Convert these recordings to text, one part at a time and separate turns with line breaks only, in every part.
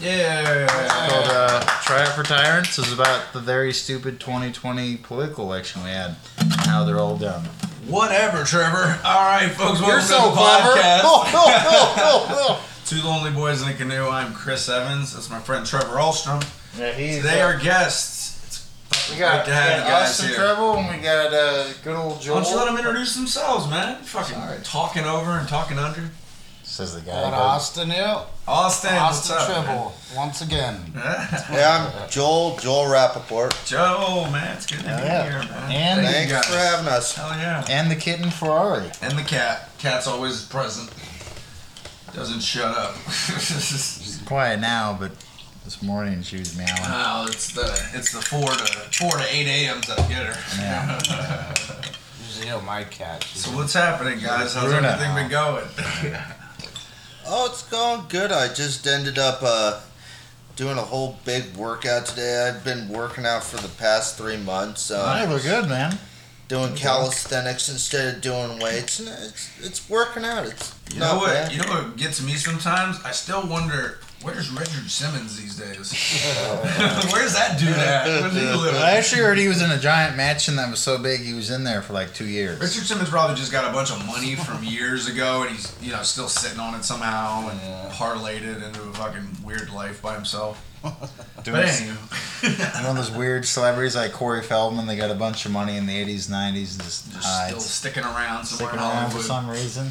It's
Yeah.
called uh, Tryout for Tyrants. It's about the very stupid 2020 political election we had and how they're all dumb.
Whatever, Trevor. All right, folks. Welcome to the podcast.
Oh,
Two Lonely Boys in a Canoe. I'm Chris Evans. That's my friend Trevor Alstrom.
Yeah, he's,
Today, our guests. It's
we got,
great to have
we got
you guys
Austin
here.
Treble and we got uh, good old Joel.
Why don't you let them introduce themselves, man? Fucking
Sorry.
talking over and talking under.
Says the guy.
And Austin Hill,
Austin,
Austin
what's up?
Tribble, once again.
man?
Yeah, I'm Joel, Joel Rappaport.
Joe, man, it's good to
Hell
be
yeah.
here, man.
And-
Thank you
Thanks
guys.
for having us.
Hell yeah.
And the kitten Ferrari.
And the cat. Cat's always present. Doesn't shut up.
She's quiet now, but this morning she was meowing.
Oh, it's the it's the four to four to eight a.m.s that get her.
Yeah.
Usually Hill, my cat.
So what's happening, guys? How's
Bruna.
everything been going?
Oh, it's going good. I just ended up uh, doing a whole big workout today. I've been working out for the past three months, uh,
Hey, we're good, man.
doing calisthenics instead of doing weights. And it's it's working out. It's
You
not
know what?
bad.
You know what gets me sometimes? I still wonder where's Richard Simmons these days. where's that dude at? Where's he living?
Last year, he was in a giant mansion that was so big he was in there for like two years.
Richard Simmons probably just got a bunch of money from years ago, and he's you know still sitting on it somehow and parlayed it into a fucking weird life by himself. But
Doing
anywho.
one of those weird celebrities like Corey Feldman. They got a bunch of money in the 80s, 90s, and just,
just still
hides.
sticking around somewhere
Uh, Sticking
in
around for
Hollywood.
some reason.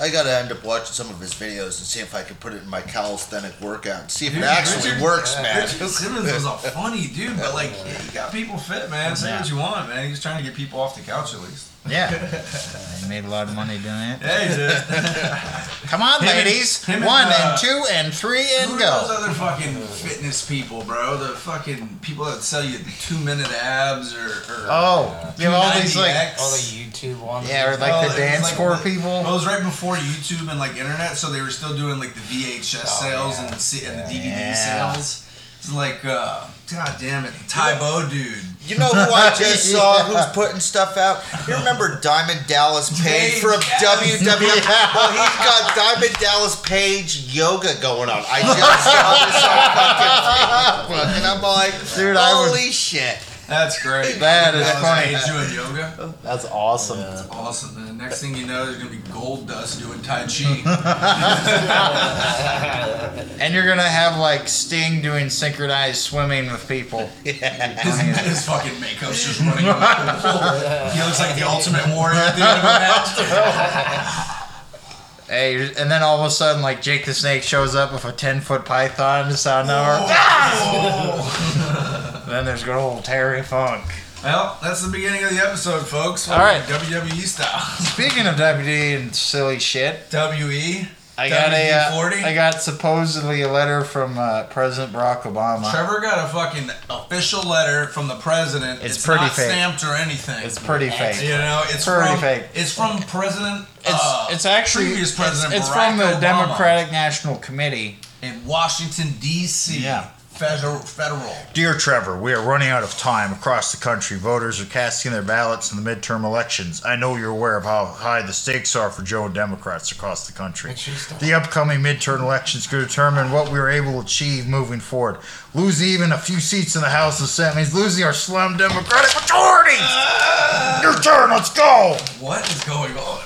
I gotta end up watching some of his videos and see if I can put it in my calisthenic workout and see if
Dude,
it actually
Richard-
works, man.
Richard Simmons was a funny dude, but like he got people fit, man. Say
Yeah.
what you want, man. He was trying to get people off the couch at least.
Yeah. they made a lot of money doing it.
Yeah, he did.
Come on,
Him and-
ladies.
him and,
One
uh,
and two and three
Who
and
are those
go.
other fucking fitness people, bro? The fucking people that sell you two minute abs or, or
Oh, you have all these like,
290X.
All the YouTube ones.
yeah, or
Oh,
like
it
the
was
dance
like
core
the- Well, it
people.
was right before YouTube and like internet, so they were still doing like the VHS sales and the C- and the DVD
Oh, Yeah.
sales. It's like, uh, god damn it, Tybo dude.
You know who I just saw who's putting stuff out? You remember Diamond Dallas Page
Page,
from
yes.
WWE? Well, he's got Diamond Dallas Page yoga going on. I just saw this on fucking Facebook, and I'm like,
Dude, I would-
holy shit.
That's great.
That is funny.
Dallas Page doing yoga.
That's awesome.
Awesome. And the next thing you know, there's gonna be gold dust doing tai
Oh,
chi.
And you're gonna have like Sting doing synchronized swimming with people.
his, his fucking makeup's just running. on the floor. he looks like the ultimate warrior at the end of a match.
Hey, you're- and then all of a sudden, like Jake the Snake shows up with a ten foot python just out of nowhere.
Oh.
Then there's good old Terry Funk.
Well, that's the beginning of the episode, folks.
All right.
WWE style.
Speaking of WD and silly shit,
WE.
I got a uh,
WD-40?
I got supposedly a letter from uh, President Barack Obama.
Trevor got a fucking official letter from the president.
It's pretty
not
fake.
stamped or anything.
It's pretty fake.
you know, it's
pretty
from,
fake.
It's from President.
It's
uh,
it's actually
previous
it's-
president.
It's,
Barack
from the
Obama
Democratic National Committee.
in Washington D.C.
Yeah.
Federal, federal.
Dear Trevor, we are running out of time across the country. Voters are casting their ballots in the midterm elections. I know you're aware of how high the stakes are for Joe and Democrats across the country. The upcoming midterm elections could determine what we are able to achieve moving forward. Lose even a few seats in the House and Senate means losing our slim Democratic majority. Your turn. Let's go.
What is going on?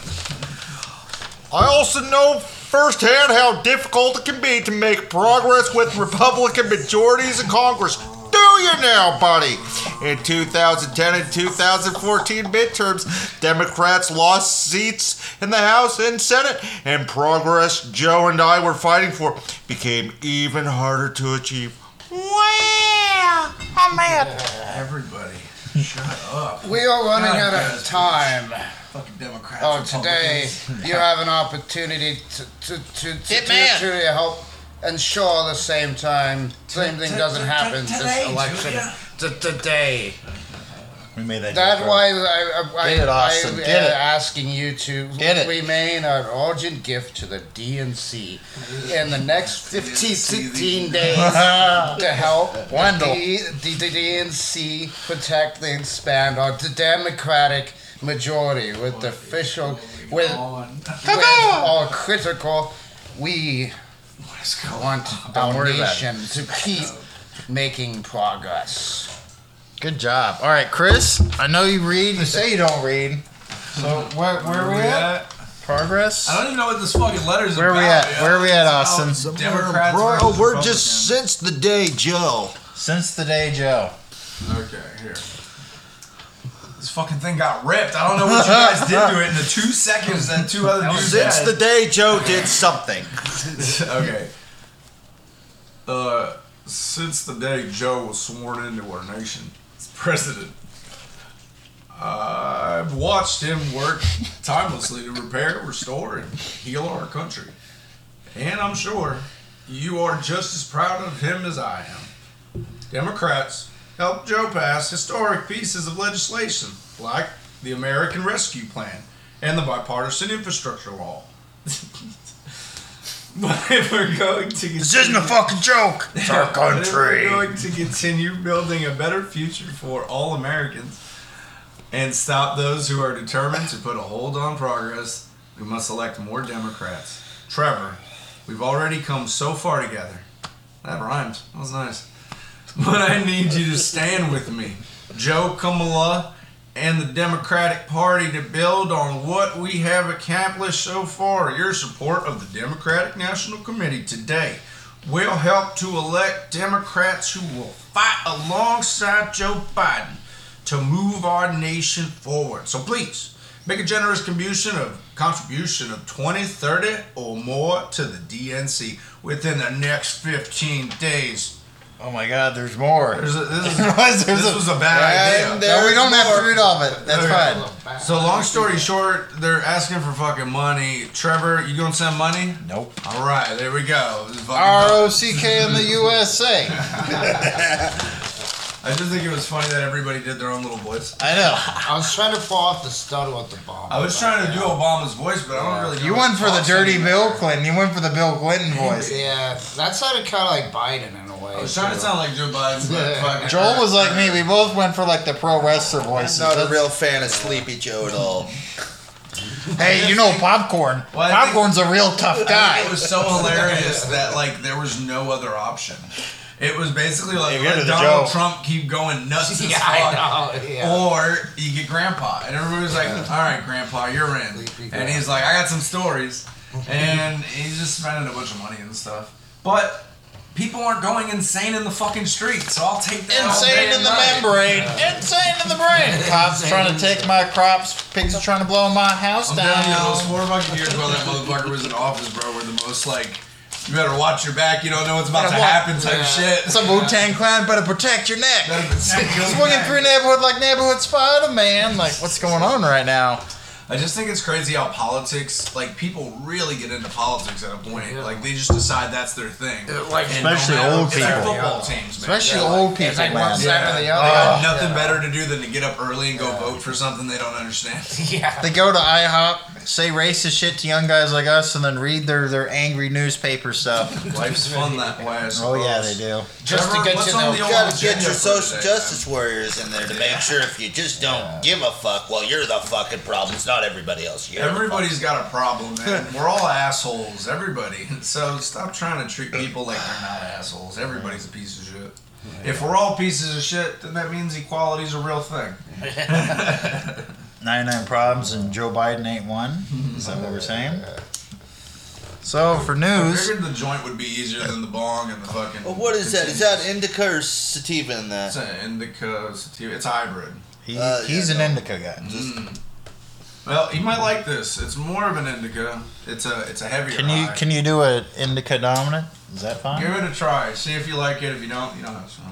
I also know firsthand how difficult it can be to make progress with Republican majorities in Congress. Do you now, buddy? In 2010 and 2014 midterms, Democrats lost seats in the House and Senate, and progress Joe and I were fighting for became even harder to achieve. Wow! I'm mad.
Everybody, shut up.
We are running
God,
out
guys.
of time.
Fucking Democrats.
Oh, today
Republicans.
you have an opportunity to to to, to,
Hit
to,
man.
to help ensure the same time same thing
to-
doesn't
to-
happen
today,
this election
Julia.
to today.
We made
That's why I, I,
Get it,
I,
Austin,
I
get
am
it.
asking you to
Get it.
remain an urgent gift to the DNC in the next 15, 16 days to help
Wendell.
The, D- the DNC protect and expand our d- democratic majority with the official, with,
On.
with our critical we
What is going on?
want
Don't
our
worry about
nation to keep making progress.
Good job. All right, Chris. I know you read. You say you don't read. So where where are we at? Progress.
I don't even know what this fucking letter's
Where are
about.
we at?
yo.
Where are we at,
It's about
Austin?
Democrats.
Bro,
versus
we're just since the day, Joe.
Since the day Joe.
Republicans. Okay, here. This fucking thing got ripped. I don't know what you guys did to it in the two seconds that two other dudes
Since
had.
the day Joe did something.
okay. Uh, since the day Joe was sworn into our nation as president, I've watched him work timelessly to repair, restore, and heal our country. And I'm sure you are just as proud of him as I am. Democrats helped Joe pass historic pieces of legislation like the American Rescue Plan and the bipartisan infrastructure law. But if we're going to
This isn't a fucking joke. It's our
We're
country.
going to continue building a better future for all Americans and stop those who are determined to put a hold on progress. We must elect more Democrats. Trevor, we've already come so far together. That rhymed. That was nice. But I need you to stand with me, Joe Kamala, and the Democratic Party to build on what we have accomplished so far. Your support of the Democratic National Committee today will help to elect Democrats who will fight alongside Joe Biden to move our nation forward. So please make a generous contribution of contribution of 20, 30 or more to the DNC within the next 15 days.
Oh my God, there's more.
There's a, this, is,
There's
this
a-
was a bad
And
idea.
no, we don't have to read all of it. That's
Okay.
fine.
So long story short, they're asking for fucking money. Trevor, you gonna send money?
Nope.
All right, there we go. This is fucking-
R O C K in the USA.
I just think it was funny that everybody did their own little voice.
I know.
I was trying to pull off the stutter with the bomb.
I was trying to do Obama's voice, but I don't really. know
You
what
went for the
talks
dirty
anymore.
Bill Clinton. You went for the Bill Clinton voice.
Yeah, that sounded kind of like Biden in a way.
I was trying to sound like Joe Biden, but
Yeah.
fucking.
Joel was like me. We both went for like the pro wrestler voices.
Not a
That's-
real fan of Sleepy Joe at all.
Hey, you know popcorn.
Well, I think-
Popcorn's a real tough
I think It
guy.
was so hilarious that like there was no other option. It was basically like
You hear
let
the
Donald
joke.
Trump keep going nuts as
yeah,
fuck.
I know. Yeah.
Or you get grandpa. And everybody's like, all right, grandpa, you're in.
Sleepy
And he's like, I got some stories. And he's just spending a bunch of money and stuff. But people aren't going insane in the fucking street, so I'll take that. all
Insane
day
in
and
the
night.
membrane. Insane in the brain. Cops trying to take my crops. Pigs are trying to blow my house
I'm telling you, those
down.
four fucking years while that motherfucker was in office, bro, were the most like, you better watch your back, you don't know what's about to
Gotta watch-
happen type
Yeah.
shit.
It's a Wu Tang Clan, better protect your neck. Swinging
Swinging
through neighborhood like neighborhood Spider Man. Like, what's going on right now?
I just think it's crazy how politics, like people really get into politics at a point.
Yeah.
Like they just decide that's their thing.
like-
And no
Especially
matter-
old
it's like
people.
football teams, man.
Especially
Yeah,
old
it's
people,
like one
man.
side or the
Yeah.
other.
They got
Ugh.
nothing
Yeah.
better to do than to get up early and go vote for something they don't understand.
Yeah.
They go to IHOP, say racist shit to young guys like us, and then read their, their angry newspaper stuff.
Life's fun that way. I
oh, yeah, they
suppose.
do.
Just to
Trevor,
get
what's
you
on
know.
the
You
old
You gotta get
agenda
your
for
social
today,
justice warriors in there to make sure if you just don't give a fuck, well, you're the fucking problem. It's not everybody else. You're the
Everybody's got a problem, man. We're all assholes, everybody. So stop trying to treat people like they're not assholes. Everybody's a piece of shit. If we're all pieces of shit, then that means equality's a real thing.
99 problems and Joe Biden ain't one.
Mm-hmm.
Is that what we're saying? So for
I
Uh,
news,
figured the joint would be easier than the bong and the fucking.
Well, what is that? Is that indica or sativa in
It's
that?
an indica. It's a- it's hybrid.
he,
Uh, yeah,
he's an
no.
indica guy.
Well, you might like this. It's more of an indica. It's a it's a heavier.
Can you
high.
can you do an indica dominant? Is that fine?
give it a try? See if you like it. If you don't, you don't have to.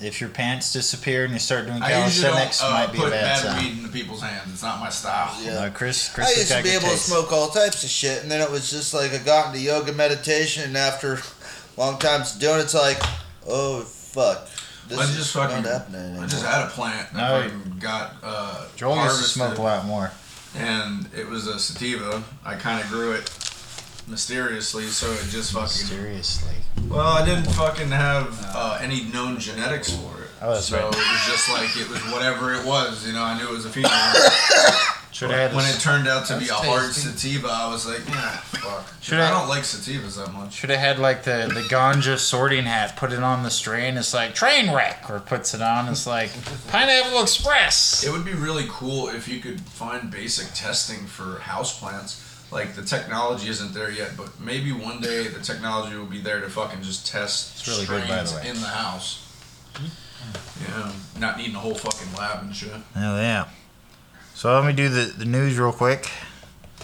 If your pants disappear and you start doing
I usually
calisthenics,
don't
it
uh,
might be a
put
bad
bad
sign.
weed into people's hands. It's not my style.
Yeah.
No, Chris, Chris
I
has
used
got
to be
good
able to
taste.
smoke all types of shit, and then it was just like I got into yoga meditation, and after long times doing it, it's like, oh fuck, this
I
is
just
not
fucking-
happening anymore.
I just had a plant that
No.
fucking got uh,
Joel used to
harvested,
smoke a lot more.
and it was a sativa. I kind of grew it mysteriously, so it just fucking.
Seriously.
Well, I didn't fucking have uh, any known genetics for it.
Oh, that's
so
right.
it was just like it was whatever it was. You know, I knew it was a female.
Should have had
When
this-
it turned out to be a
That's
hard
tasty.
sativa, I was like, yeah, fuck.
Should
I
I-
don't like sativas that much.
Should have had like the, the ganja sorting hat, put it on the strain, it's like train wreck, or puts it on, it's like Pineapple Express.
It would be really cool if you could find basic testing for houseplants. Like the technology isn't there yet, but maybe one day the technology will be there to fucking just test
It's really good,
strains
by the way.
in the house. Yeah, not needing a whole fucking lab and shit.
Hell Oh, yeah. So let me do the, the news real quick.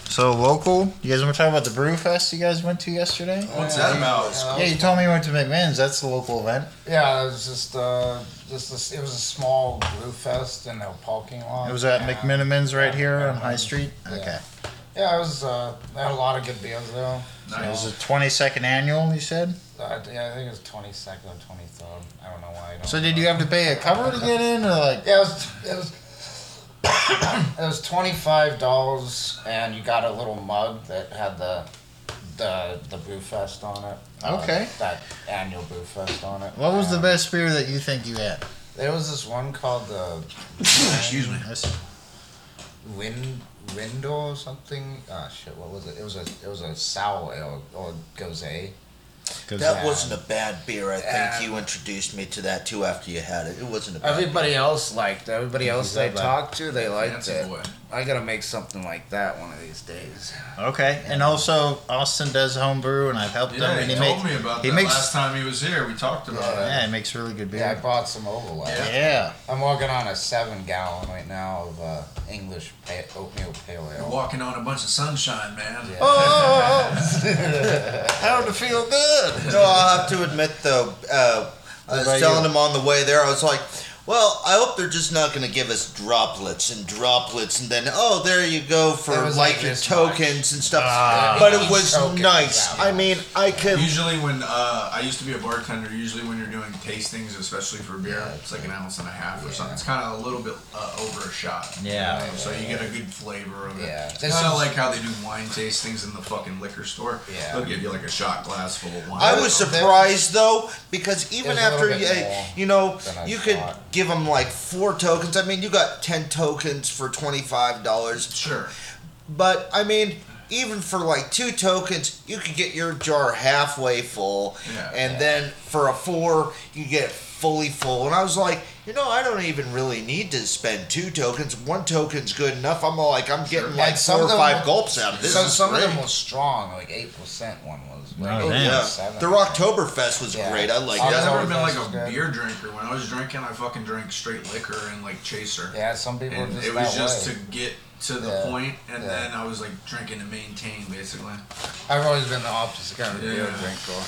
So local, you guys want to talk about the brew fest you guys went to yesterday?
What's Oh, that about?
Yeah, you told me you went to McMahon's. That's the local event.
Yeah, it was just uh, just a, it was a small brew fest in a parking lot.
It was at
and-
McMiniman's right here on High Street.
Yeah.
Okay.
Yeah, it was. Uh, they had a lot of good beers though.
It was
Nice.
the 22nd annual, you said?
Uh, yeah, I think it was twenty second or twenty third. I don't know why. I don't
So did you have to pay a cover to get in, or like?
Yeah, it was. It was it was twenty five dollars, and you got a little mug that had the the the brew fest on it. uh,
Okay.
that annual brew fest on it.
What was the
And
best beer that you think you had?
There was this one called the
Excuse me.
Wind Window or something. Ah, shit. What was it? It was a it was a sour ale or gose.
That
Yeah.
wasn't a bad beer. I think
Yeah.
you introduced me to that too after you had it. It wasn't a bad
Everybody else liked it. Everybody else they talked to, they liked
Fancy
it.
boy.
I gotta make something like that one of these days.
Okay, and also Austin does homebrew, and I've helped
Yeah,
him. And
he
he,
told
makes,
me about
he
that
makes-
last time he was here. We talked about it.
yeah, he makes really good
Yeah, I
beer.
bought some over last.
Yeah.
Yeah,
I'm working on a seven gallon right now of uh, English pa- oatmeal pale ale.
Walking on a bunch of sunshine, man.
Yeah.
oh,
to feel good.
No, I'll have to admit though, uh, I
about
was telling
you?
him on the way there, I was like, well, I hope they're just not going to give us droplets and droplets and then, oh, there you go for
There was,
like,
like,
your
this
tokens and stuff. but it was
Tokens,
nice.
yeah.
Ah. I mean, I could.
Usually, when uh, I used to be a bartender, usually when you're doing tastings, especially for beer, it's like an ounce and a half or something. It's kind of a little bit uh, over a shot.
Yeah.
So you get a good flavor of it.
Yeah.
It's
This
kind of
is-
like how they do wine tastings in the fucking liquor store.
Yeah.
They'll give you like a shot glass full of wine.
I was
Something.
surprised though because even
There's a
after
little
you,
bit more
you know
than I
you could
thought.
give them like four tokens. I mean, you got ten tokens for twenty five dollars.
Sure.
But I mean, even for like two tokens, you could get your jar halfway full,
Yeah.
and then for a four, you get fully full. And I was like, you know, I don't even really need to spend two tokens. One token's good enough. I'm like, I'm getting like
And some
four or
of them
five
were-
gulps out of this.
so
is
some
great.
of them were strong, like eight percent. One was.
Oh,
eight
damn.
yeah,
or seven.
their Oktoberfest was
Yeah.
great. I like
I
that.
was
Yeah, I've never
always
been like
nice
a
to get-
beer drinker. When I was drinking, I fucking drank straight liquor and like chaser.
Yeah, some people
And
are just
it was
that
just
way.
to get to the
Yeah.
point, and
Yeah.
then I was like drinking to maintain, basically.
I've always been the opposite kind of beer
Yeah.
drinker.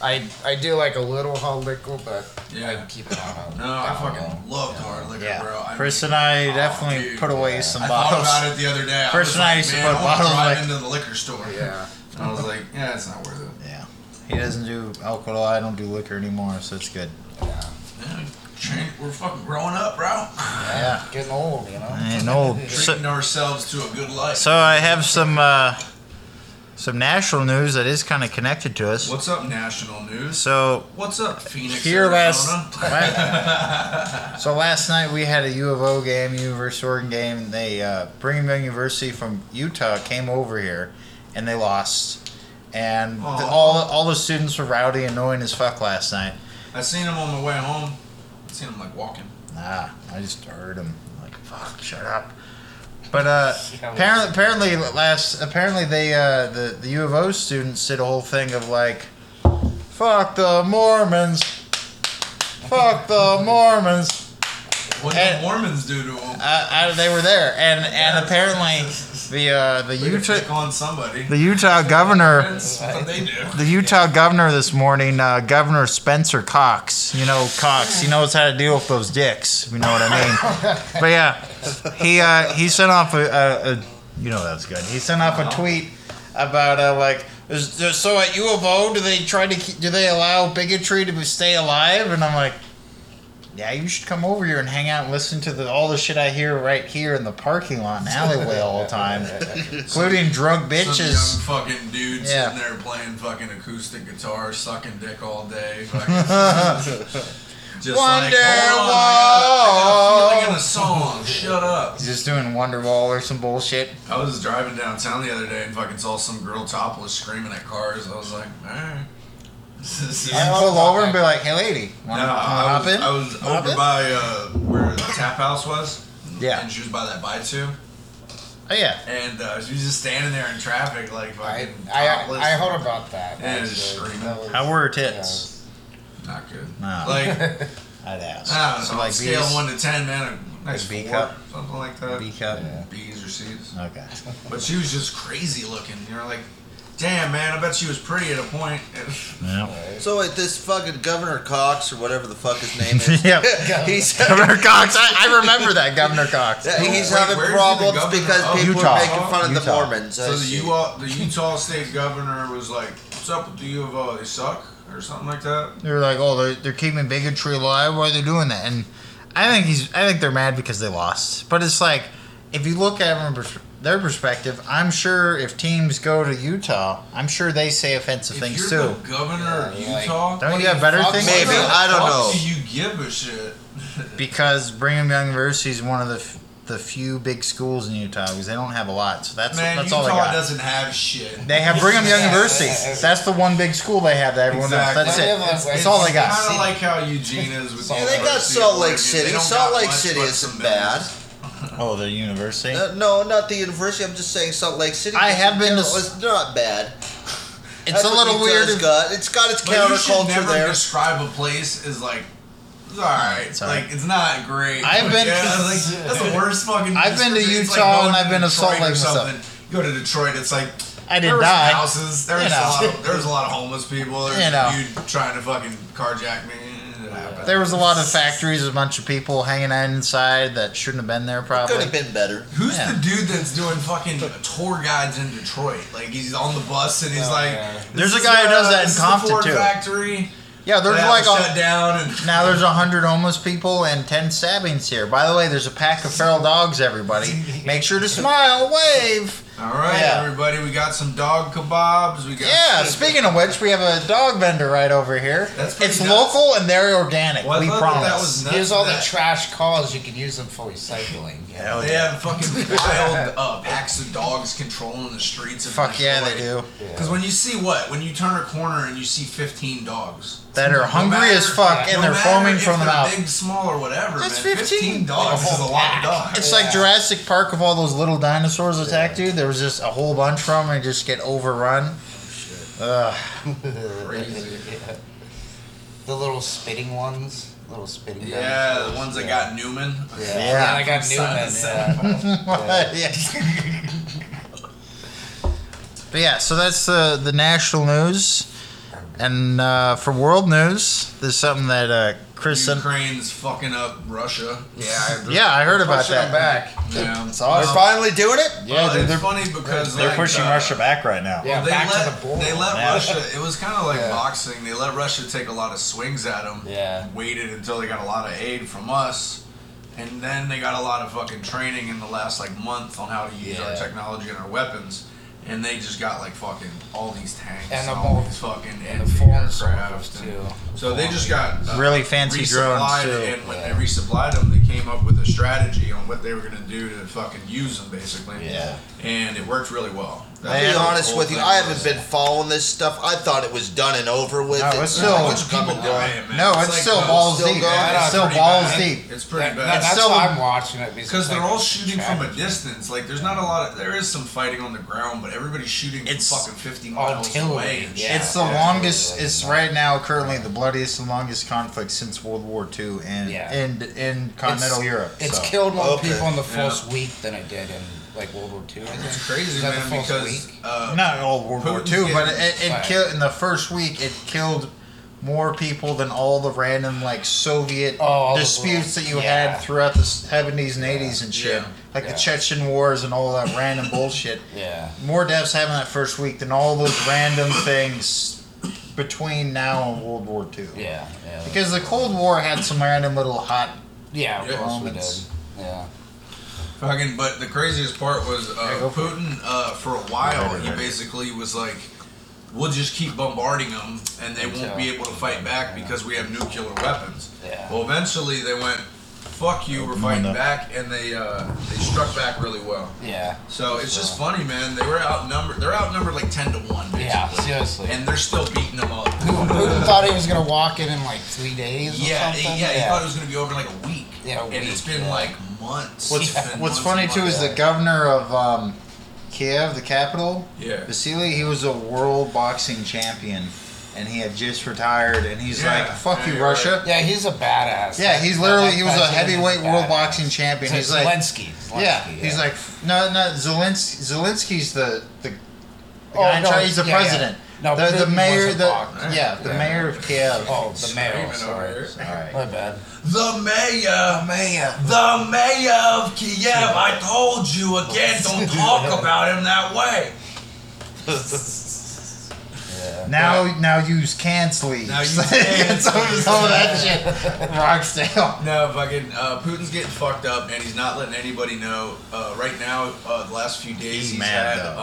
I I do like a little hard liquor, but
Yeah.
I keep it on. A
No, I
down low.
fucking loved hard liquor, bro. I
Chris
mean-
and I
Oh,
definitely
dude.
put away some
I thought
bottles.
about it the other day. I
First
was
night I
like,
used to
man,
put
I wanna
bottles
drive
like-
into the liquor store.
Yeah.
And I was like, yeah, it's not worth it.
Yeah, he doesn't do alcohol. I don't do liquor anymore, so it's good.
Man, change- we're fucking growing up, bro.
Yeah,
Getting old, you know.
I know. So,
Treating ourselves to a good life.
so I have some uh, some national news that is kind of connected to us.
What's up, national news?
So
What's up, Phoenix?
Here last-
Arizona?
So last night we had a U of O game, U versus Oregon game. They uh, Brigham Young University from Utah came over here, and they lost. And the,
Aw.
all all the students were rowdy, and annoying as fuck last night.
I seen him on my way home. I seen him like walking.
Nah, I just heard them like fuck, shut up. But uh, apparently, apparently last apparently they uh, the the U of O students did a whole thing of like, fuck the Mormons, fuck the Mormons.
What
Hey.
the Mormons do to him?
uh, uh, they were there, and and apparently the uh, the
You
Utah
took on somebody.
the Utah governor
That's what they do.
the Utah governor this morning, uh, Governor Spencer Cox. You know Cox. He knows how to deal with those dicks. You know what I mean? but yeah, he uh, he sent off a, a, a you know that was good. He sent off a tweet about uh, like. Is there, so at U of O, do they try to keep, do they allow bigotry to stay alive? And I'm like, yeah, you should come over here and hang out and listen to the, all the shit I hear right here in the parking lot and alleyway all the time, including drunk bitches.
Some young fucking dude
Yeah.
sitting there playing fucking acoustic guitar, sucking dick all day. fucking-
Just like,
Wonder
hold on,
Oh.
I got, I got a feeling in a song. Shut up.
He's just doing Wonderwall or some bullshit.
I was driving downtown the other day and fucking saw some girl topless screaming at cars. I was like, alright. This is-
And pull over and be like, "Hey, lady,
No,
wanna wanna
I
hop
was,
in?"
I was
Hop
over
in?
by uh, where the tap house was.
Yeah.
And she was by that by two.
Oh yeah.
And uh, she was just standing there in traffic, like
I,
fucking
I,
topless.
I heard about that.
Yeah,
actually.
just screaming.
That was-
How were her tits?
Not good.
No.
Like,
I'd ask.
I don't know.
So, like,
scale
B's?
1 to 10, man. A nice
B
4,
cup?
Something like that.
B cup.
B's or C's.
Okay.
But she was just crazy looking. You're like, damn, man, I bet she was pretty at a point. And
Yeah.
So wait, this fucking Governor Cox or whatever the fuck his name is,
Yep.
he's
Governor Cox. I, I remember that Governor Cox.
Yeah, he's
Wait,
having
where's the
problems
governor
because
of-
people
Utah.
are making fun of the
Utah.
Mormons. I
so the
see.
Utah, the Utah state governor was like, what's up with the U of O? They suck? Or something like that.
They're like, "Oh, they're, they're keeping bigotry alive. Why are they doing that?" And I think he's. I think they're mad because they lost. But it's like, if you look at it from pers- their perspective, I'm sure if teams go to Utah, I'm sure they say offensive
if
things
you're
too.
the governor
Yeah,
of
like-
Utah,
Don't you have better
fuck
things?
with
Maybe.
why the
I don't
fuck
know.
Do you give a shit?
because Brigham Young University is one of the f- the few big schools in Utah because they don't have a lot. So that's
Man,
that's
Utah
all they got.
doesn't have shit.
They have Brigham Young University.
Yes.
That's the one big school they have that everyone
Exactly.
else. That's
They
it.
have, like,
That's, that's all they
Kind
got.
of like how Eugene is with
Yeah,
the
they got
University of
Salt Lake
Oregon. They
City.
don't
Salt
got
Lake
much
City
but
isn't
some
bad.
buildings.
Oh, their university.
Uh, no, not the university. I'm just saying Salt Lake City.
I have been to
It's
s-
not bad.
it's a little weird.
It's got, it's got its
But you should
counterculture
never
there.
describe a place as like. It's all right.
It's all right.
Like it's not great.
I've
but
been-
yeah, that's like, that's the worst fucking.
I've been to
description. It's
Utah
going
and
to
I've been to Salt
Detroit or
Lake myself.
something. You go to Detroit, it's like there
I didn't
was
die.
houses. There
You
was a
know.
lot. Of, there was a lot of homeless people. There was
You know.
a dude trying to fucking carjack me. It happened.
There was a lot of factories, a bunch of people hanging out inside that shouldn't have been there.
Could
Probably.
have been better.
Who's
Yeah.
the dude that's doing fucking tour guides in Detroit? Like he's on the bus and he's
Oh,
like,
yeah.
There's
"This
a guy
is,
who does
uh,
that in
this is the
Compton,
Ford
too.
Factory.
Yeah, there's
that
like
was
a,
shut down and
now there's a hundred homeless people and ten stabbings here. By the way, there's a pack of feral dogs. Everybody, make sure to smile, wave.
All right,
Yeah.
everybody, we got some dog kebabs. We got
Yeah. Speaking of which, we have a dog vendor right over here.
That's pretty
it's
nuts.
local and they're organic.
Well, I
we
thought
promise.
That, that was nuts
Here's all
that
the trash calls you can use them for recycling. you know?
They have fucking wild uh, packs of dogs controlling the streets. Of
Fuck yeah, they do.
Because when you see what, when you turn a corner and you see 15 dogs.
That are
No
hungry
matter-
as fuck and
no
they're
matter
foaming
if
from the
they're
mouth.
Big, small, or whatever.
That's
man.
15.
15 dogs
Like a
is a
whole
lot
pack.
of dogs.
It's
Yeah.
like Jurassic Park of all those little dinosaurs attacked you. There was just a whole bunch from them and just get overrun. Ugh.
crazy.
The little spitting ones. Little spitting
Yeah,
dinosaurs,
the ones that
yeah.
got Newman.
Yeah,
Yeah.
I got new
Side to
ones.
side.
yeah.
Yeah. but yeah, so that's the the national news, and uh, for world news, there's something that uh, Chris. sent-
Ukraine's fucking up Russia. Yeah, I-
yeah, I heard about
Pushing them
that.
back.
yeah.
It's awesome.
They're finally doing it.
Yeah,
Well,
they're,
it's
they're,
funny because
they're
like,
pushing
uh,
Russia back right now.
Yeah,
They
back
let,
to the border.
they let
Yeah.
Russia. It was kind of like
Yeah.
boxing. They let Russia take a lot of swings at them.
Yeah.
Waited until they got a lot of aid from us, and then they got a lot of fucking training in the last like month on how to use our
Yeah.
technology and our weapons. And they just got like fucking all these tanks
And
and
the
all
whole-
these fucking
and the
anti
foreign
aircraft.
soldiers,
and-
too.
So they just got uh,
Really fancy drones,
resupplied,
too.
And when
Yeah.
they resupplied them, they came up with a strategy on what they were gonna do to fucking use them, basically.
Yeah.
And it worked really well.
I'll be honest with you, I haven't been following this stuff. I thought it was done and over with.
No,
It-
it's still-
How
Oh,
much
it's people
coming down?
dying, man.
No, it's, still
like,
balls
still
deep.
going
man. It's
on
still
pretty
balls
bad.
deep.
It's pretty
That-
bad.
that's
still-
why I'm watching it
Because they're
like,
all shooting from a
traffic.
distance. Like, there's not a lot of. There is some fighting on the ground, but everybody's shooting from
It's
fucking 50 miles
artillery,
away. and
yeah.
shit.
It's the longest. It's right now currently the bloodiest and longest conflict since World War II and
Yeah.
in in continental
It's-
Europe.
It's
so.
killed more
Okay.
people in the
Yeah.
first week than it did in like World War II. I think.
It's crazy,
Is that the
man,
first
because.
week?
Uh,
not all World War
Putin's
II, but
getting
it, it
fired.
killed in the first week. It killed more people than all the random like Soviet
Oh, all the
disputes
wars.
that you
Yeah.
had throughout the seventies and eighties and shit,
Yeah.
like
Yeah.
the Chechen wars and all that random bullshit.
Yeah.
More deaths happened that first week than all those random things between now and World War II.
Yeah. Yeah.
Because the Cold War had some random little hot
yeah, of
Yeah.
course we did.
Moments.
Yeah.
Fucking, but the craziest part was uh,
go for it.
Putin. Uh, for a while, he basically was like, we'll just keep bombarding them and they won't
Until-
be able to fight back because we have nuclear weapons.
Yeah.
Well, eventually they went, fuck you, we're fighting back, and they uh, they struck back really well.
Yeah.
So it's just funny, man. They were outnumbered. They're outnumbered like ten to one, basically.
Yeah, seriously.
and they're still beating them up.
Who, who thought he was gonna walk in in like three days? Or
Yeah, yeah,
something?
He thought it was gonna be over in like a week.
Yeah, a
and it's
week,
been
yeah.
like months.
What's
It's been
What's
months
funny
and
too
months.
is the governor of um, Kiev, the capital,
Yeah.
Vasily. He was a world boxing champion, and he had just retired. And he's
Yeah,
like, "Fuck
yeah,
you,
you're
Russia."
yeah, he's a badass.
Yeah, he's literally he was a
That president is
heavyweight world
badass.
boxing champion.
So
He's
Zelensky.
like,
Zelensky,
yeah, he's like, no, no, Zelensky. Zelensky's the the, the
Oh,
guy in
no,
charge. He's the
yeah, yeah.
president.
No,
the, the
Putin
mayor.
wasn't
The
boxing.
yeah, the
Yeah.
mayor of Kiev.
oh, the mayor.
Screaming over
Sorry,
here.
sorry. My bad.
The mayor, mayor, the mayor of Kiev. I told you again, don't talk about him that way.
Now, now use cancel leaves.
Now use
Get some,
cans.
some of that shit. Rocksdale.
No, fucking uh, Putin's getting fucked up, and he's not letting anybody know. Uh, right now, uh, the last few days, he's,
He's mad,
had
though.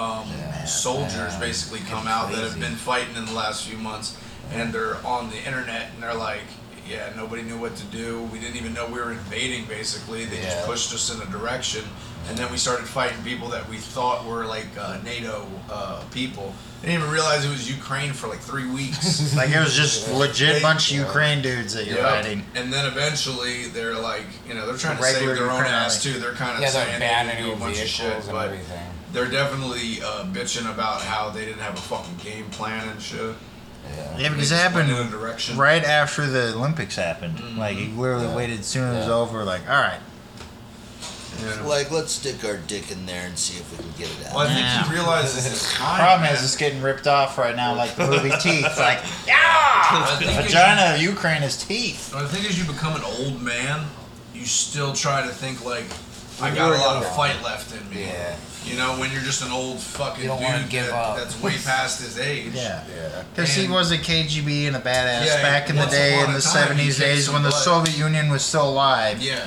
um, soldiers basically come out that have been fighting in the last few months, and they're on the internet, and they're like, "Yeah, nobody knew what to do. We didn't even know we were invading. Basically, they just
Yeah.
pushed us in a direction, and then we started fighting people that we thought were like uh, NATO uh, people. They didn't even realize it was Ukraine for like three weeks."
Like it was just legit bunch of Ukraine dudes that you're
Yeah.
fighting.
And then eventually they're like, you know, they're trying to
Regular
save their own
Ukraine.
ass too. They're kind of
Yeah, they're
saying they
banning
do a bunch of shit,
vehicles and
but
everything.
they're definitely uh, bitching about how they didn't have a fucking game plan and shit.
Yeah, because it
They just went
happened
in a direction.
right after the Olympics happened.
Mm-hmm.
Like he literally waited soon as it was over. Like, all right,
Like, let's stick our dick in there and see if we can get it out.
Well, I think
Yeah.
he realizes it's time.
problem
man.
is it's getting ripped off right now. Like the movie Teeth. Like
I think as you-
vagina of Ukraine is teeth.
I think as you become an old man, you still try to think like, I got a lot of fight left in me.
Yeah.
You know, when you're just an old fucking
You don't wanna
dude
give
that-
up.
that's way past his age.
Yeah.
Yeah.
Because he
And-
was a KGB and a badass
Yeah,
back in the
once
day
upon
in
a
the
time, he
'70s,
kicked
days
some
when the
butt.
Soviet Union was still alive.
Yeah.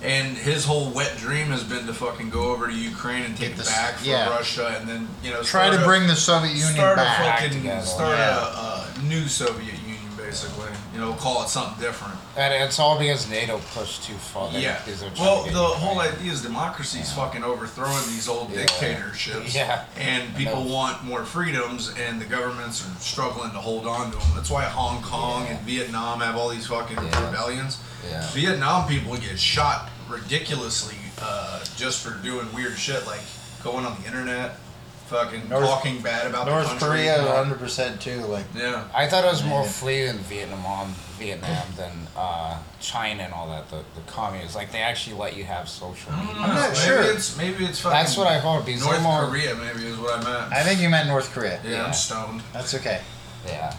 And his whole wet dream has been to fucking go over to Ukraine and take
Get the-
it back from
yeah.
Russia and then, you know,
Try to
start a-
bring the Soviet Union
start
back.
a fucking
together.
start a,
Yeah.
a new Soviet Union basically. You know, call it something different.
And it's all because NATO pushed too far. They-
yeah.
because they're trying
Well,
to get
the
Ukraine.
whole idea is democracy is fucking overthrowing these old
Yeah.
dictatorships.
Yeah.
And people
No.
want more freedoms, and the governments are struggling to hold on to them. That's why Hong Kong and Vietnam have all these fucking
Yeah.
rebellions.
Yeah.
Vietnam people get shot ridiculously uh, just for doing weird shit like going on the internet, fucking
North-
talking bad about the
North
country.
Korea, 100 percent too. Like
Yeah.
I thought it was more free in Vietnam, Vietnam than uh, China and all that. The, the communists, like they actually let you have social media.
I'm
not sure.
Maybe it's, maybe it's fucking
That's what I hope. Because
North
they're more,
Korea maybe is what I meant.
I think you meant North Korea.
yeah,
yeah.
I'm stoned.
That's okay.
Yeah.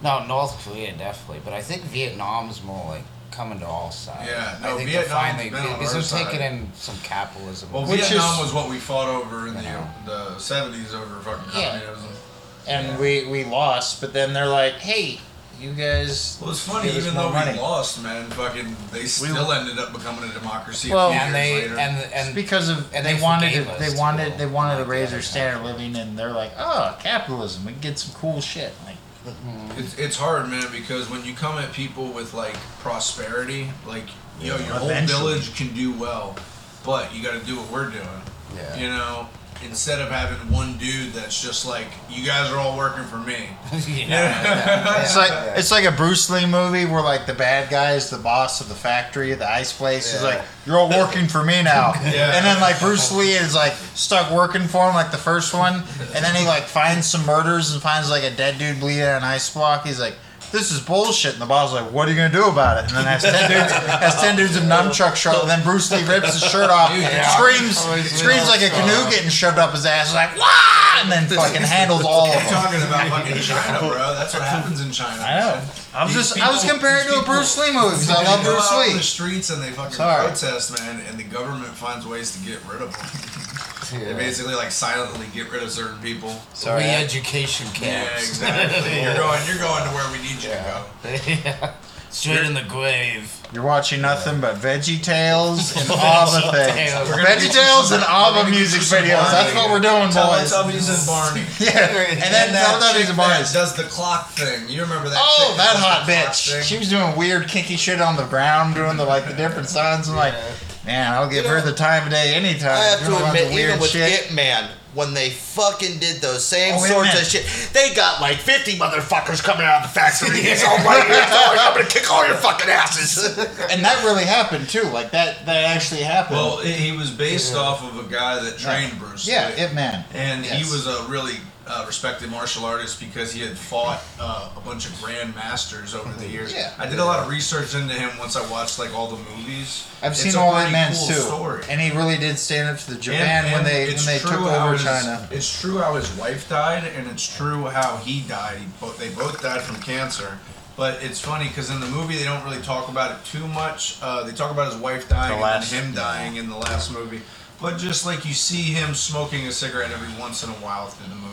No, North Korea definitely, but I think Vietnam's more like coming to all sides.
Yeah,
I
no,
think
Vietnam's
they're finally
been on
because
our
they're
side.
taking in some capitalism.
Well,
Which
Vietnam
is-
was what we fought over in the,
Yeah.
the 70s over fucking
Yeah.
communism.
and we we lost. But then they're like, "Hey, you guys."
Well, it's funny,
give us
even
more
though
money.
we lost, man, fucking, they still ended up becoming a democracy
Well-
a few
and
years
they
later.
and
It's
and
because of
and
they,
they
wanted to,
forgave us,
they
too.
wanted they wanted to
Like,
raise
yeah,
their standard of living, and they're like, "Oh, capitalism. We can get some cool shit." Like,
it's, it's hard, man, because when you come at people with, like, prosperity, like, you know, your whole
Eventually.
village can do well, but you gotta do what we're doing.
Yeah.
You know? Instead of having one dude that's just like, you guys are all working for me.
yeah,
it's like it's like a Bruce Lee movie where like the bad guy is the boss of the factory, the ice place. He's like, "You're all working for me now,"
Yeah.
and then like Bruce Lee is like stuck working for him, like the first one, and then he like finds some murders and finds like a dead dude bleeding on an ice block. He's like. This is bullshit, and the boss is like, "What are you gonna do about it?" And then has ten dudes, has ten dudes in nunchuck shot, and then Bruce Lee rips his shirt off,
Yeah. Oh,
screams, screams like a canoe getting shoved up his ass, like "Wah!" and then fucking handles all of
I'm
them.
talking about fucking China, bro. That's what happens in China.
I know.
man.
I was
These
just I was
people-
comparing
these
to a
people-
Bruce Lee movie because I
They
love
go out on the
Bruce Lee.
streets and they fucking
Sorry.
protest, man, and the government finds ways to get rid of them. They
yeah.
basically like silently get rid of certain people.
Sorry.
re-education
Yeah,
camps.
exactly. you're going, you're going to where we need you to go.
Straight in the grave.
You're watching nothing but Veggie Tales and ABBA things.
Tales.
Veggie Tales and ABBA music videos. That's what we're doing, boys.
Teletubbies and Barney.
Yeah, and then
that
Teletubbies
chick
and
that
Barnes.
does the clock thing. You remember that?
Oh,
chick
that
does
hot
the clock
bitch!
thing?
She was doing weird kinky shit on the ground, doing the like the different signs. I'm like, man, I'll give her the time of day anytime.
I have
Doing
to
all kinds of
admit, even with It Man, when they fucking did those same
Oh, It
sorts
Man.
of shit, they got like 50 motherfuckers coming out of the factory. It's all right. It's all right. I'm going to kick all your fucking asses.
and that really happened too. Like that, that actually happened.
Well, i- he was based off of a guy that trained Bruce.
yeah,
Lee.
it man.
and he
Yes.
was a really uh, respected martial artist because he had fought uh, a bunch of grandmasters over the years.
Mm-hmm. Yeah.
I did a lot of research into him once I watched like all the movies.
I've
It's
seen
a
all that
pretty
man's
cool
too,
story.
and he really did stand up to the
And-
Japan when
and
they
it's
when they took
true
over
how his-
China.
It's true how his wife died, and it's true how he died. He, bo- they both died from cancer. But it's funny because in the movie they don't really talk about it too much. Uh, they talk about his wife dying
last-
and him dying in the last movie. But just like you see him smoking a cigarette every once in a while through the movie.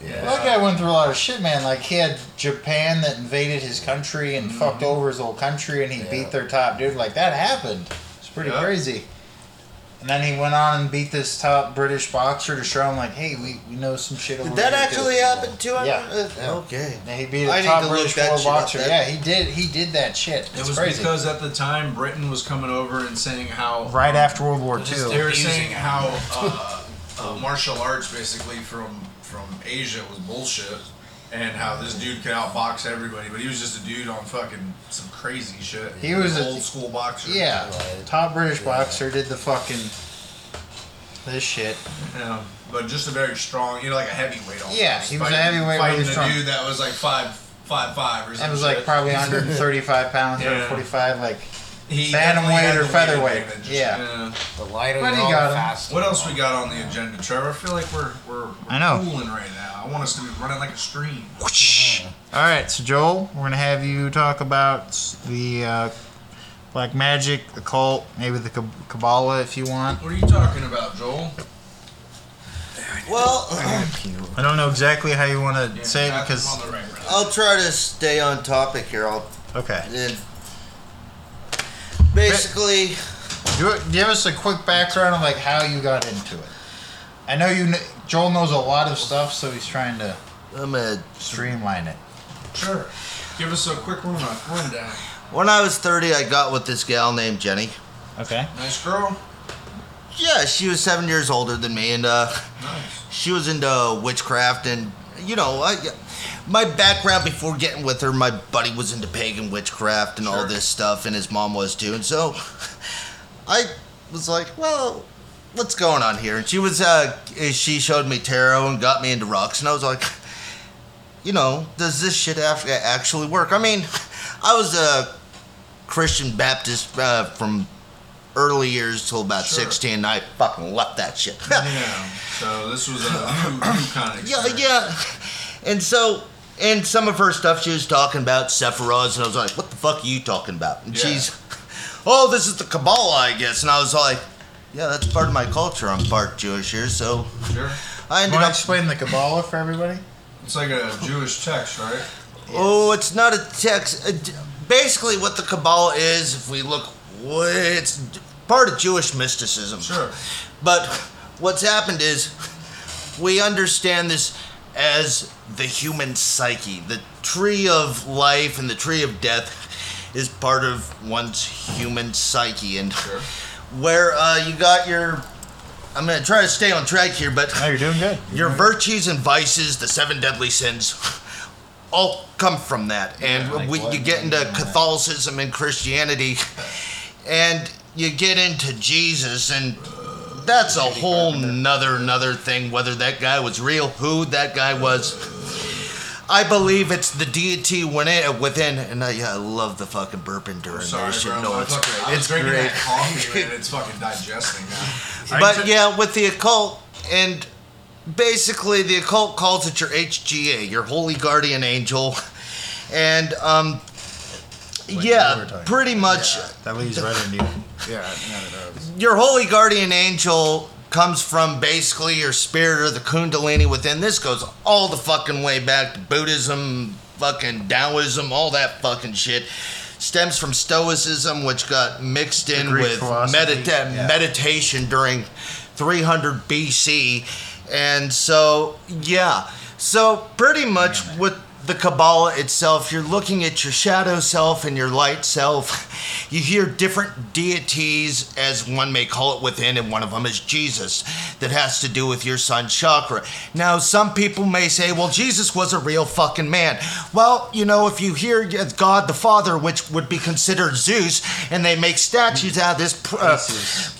Yeah.
That guy went through a lot of shit, man. Like he had Japan that invaded his country and fucked over his whole country, and he beat their top dude. Like that happened. It's pretty
Yeah.
crazy. And then he went on and beat this top British boxer to show him, like, hey, we, we know some shit. Over
did that
here,
actually
too.
happen too? I
Yeah.
don't- uh, Okay.
And he beat
I
a
need
top
to look
British
that
world
shit up,
boxer.
that-
Yeah, he did. He did that shit. It's
It was
crazy.
because at the time Britain was coming over and saying how uh,
right after World War
Just
II.
They were
Abusing
saying
it.
how uh, uh, martial arts basically from from Asia was bullshit, and how this dude could outbox everybody, but he was just a dude on fucking some crazy shit.
He was
an
a-
old school boxer.
Yeah, top British boxer did the fucking this shit.
Yeah. Um, but just a very strong, you know, like a heavyweight. Almost.
Yeah, he was a
Fighting-
heavyweight,
Fighting
really
a
strong.
dude that was like five five five or something.
That was like probably 135 pounds,
Yeah.
145, like.
he
bantamweight
definitely had
or
the weight
featherweight.
advantage.
Yeah.
The lighter
But
you
he
go,
got
the
him.
faster.
What else we got on the agenda, Trevor? I feel like we're we're, we're
I know.
cooling right now. I want us to be running like a stream.
All right, so Joel, we're gonna have you talk about the uh, black magic, the cult, maybe the Kab- Kabbalah, if you want.
What are you talking about, Joel?
Well,
I don't know exactly how you want to say it because
I'm on the right route.
I'll try to stay on topic here. I'll
okay.
and basically.
Do it, give us a quick background on like how you got into it. I know you. Kn- Joel knows a lot of stuff, so he's trying to
I'm a
streamline it.
Sure. Give us a quick run rundown.
When I was 30, I got with this gal named Jenny.
Okay.
Nice girl.
Yeah, she was seven years older than me, and uh,
Nice.
she was into witchcraft and you know I, my background before getting with her my buddy was into pagan witchcraft and all this stuff and his mom was too and so i was like well what's going on here and she was uh she showed me tarot and got me into rocks and i was like you know does this shit af- actually work i mean i was a christian baptist uh, from early years till about
Sure.
16 and i fucking left that shit
Yeah. So this was a new, new kind of
yeah,
experience.
yeah. And so, and some of her stuff, she was talking about Sephiroth, and I was like, "What the fuck are you talking about?" And
Yeah.
she's, "Oh, this is the Kabbalah, I guess." And I was like, "Yeah, that's part of my culture. I'm part Jewish here, so
Sure.
I ended
Want to
up."
explain the Kabbalah for everybody?
It's like a Jewish text, right?
Oh, it's not a text. Uh, d- Basically, what the Kabbalah is, if we look, way- it's d- part of Jewish mysticism.
Sure.
But what's happened is we understand this as the human psyche. The tree of life and the tree of death is part of one's human psyche. And
Sure.
where uh, you got your. I'm going to try to stay on track here, but
No, you're doing good.
your virtues and vices, the seven deadly sins, all come from that. And we, you get into Catholicism and Christianity, and you get into Jesus, and that's a whole nother another thing. Whether that guy was real, who that guy was. I believe it's the deity within, within and I, yeah, I love the fucking burping during
Sorry,
this shit.
bro.
No,
I
it's,
fucking- I was
it's
drinking
great.
that coffee and it's fucking digesting now.
But yeah, with the occult, and basically the occult calls it your HGA, your holy guardian angel, and um,
we were
yeah,
talking.
pretty much
That leads right into you.
your holy guardian angel comes from basically your spirit or the kundalini within. This goes all the fucking way back to Buddhism, fucking Taoism, all that fucking shit. stems from Stoicism, which got mixed in
Greek
with
philosophy,
medita-
yeah.
meditation during 300 BC. And so, yeah. So, pretty much with the Kabbalah itself, you're looking at your shadow self and your light self. You hear different deities, as one may call it within, and one of them is Jesus, that has to do with your sun chakra. Now, some people may say, well, Jesus was a real fucking man. Well, you know, if you hear God the Father, which would be considered Zeus, and they make statues out of this, pr- uh,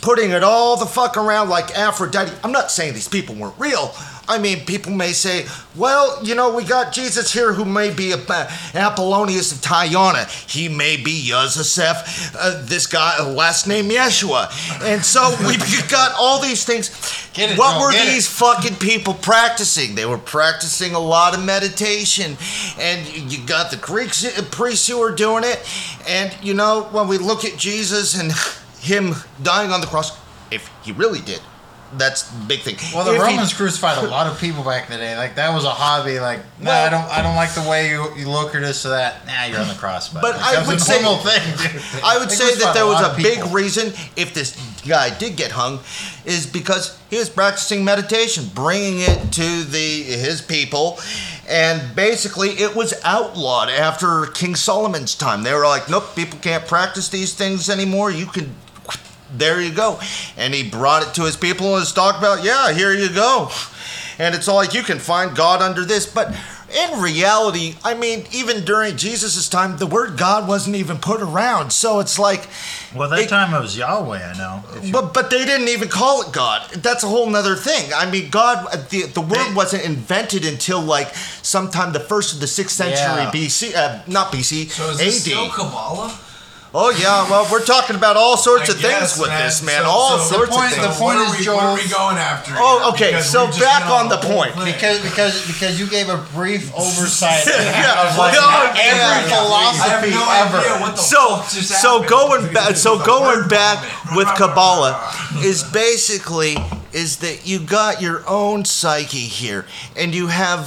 putting it all the fuck around like Aphrodite. I'm not saying these people weren't real. I mean, people may say, well, you know, we got Jesus here who may be a, uh, Apollonius of Tyana. He may be Yuzasef, uh, this guy, last name Yeshua. And so we've got all these things.
Get it,
what
bro,
were
get it.
these fucking people practicing? They were practicing a lot of meditation. And you got the Greek uh, priests who were doing it. And, you know, when we look at Jesus and him dying on the cross, if he really did, that's the big thing.
Well, the
If he-
Romans crucified a lot of people back in the day. Like that was a hobby. Like, no, I don't, I don't like the way you, you look or this or that. Nah, you're on the cross. But,
But
like,
I
that was
would
a
say-
normal thing, dude.
I would
They
say that
crucified
there was
lot
a
of
big
people.
reason if this guy did get hung is because he was practicing meditation, bringing it to the his people, and basically it was outlawed after King Solomon's time. They were like, "Nope, people can't practice these things anymore. You can." There you go. And he brought it to his people and was talked about, yeah, here you go. And it's all like you can find God under this. But in reality, I mean, even during Jesus' time, the word God wasn't even put around. So it's like,
Well, that
It-
time it was Yahweh. I know. If you-
but but they didn't even call it God. That's a whole nother thing. I mean, God, the the word wasn't invented until like sometime the first of the sixth century
Yeah.
BC, uh, not BC,
So is
AD.
this still Kabbalah?
oh yeah, well we're talking about all sorts
I
of
guess,
things with
man.
this man.
So-
all
so-
sorts
The point-
of
the
things.
So what
point
are
is,
we- what are we
Joel's-
going after?
Oh,
here?
okay,
Because
so
we've just
back
been on
on the
a whole
point.
thing.
because because because you gave a brief oversight
Yeah.
of like
Oh,
every
yeah,
I
yeah.
have
philosophy
no
ever.
idea what the
so
fuck just
so
happened.
going back so
The
going
word
back
vomit.
with Kabbalah is basically is that you got your own psyche here and you have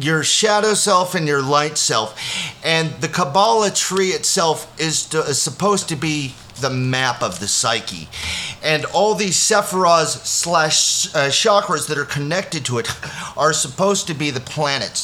your shadow self and your light self and the Kabbalah tree itself is, to, is supposed to be the map of the psyche and all these sephiroths slash uh, chakras that are connected to it are supposed to be the planets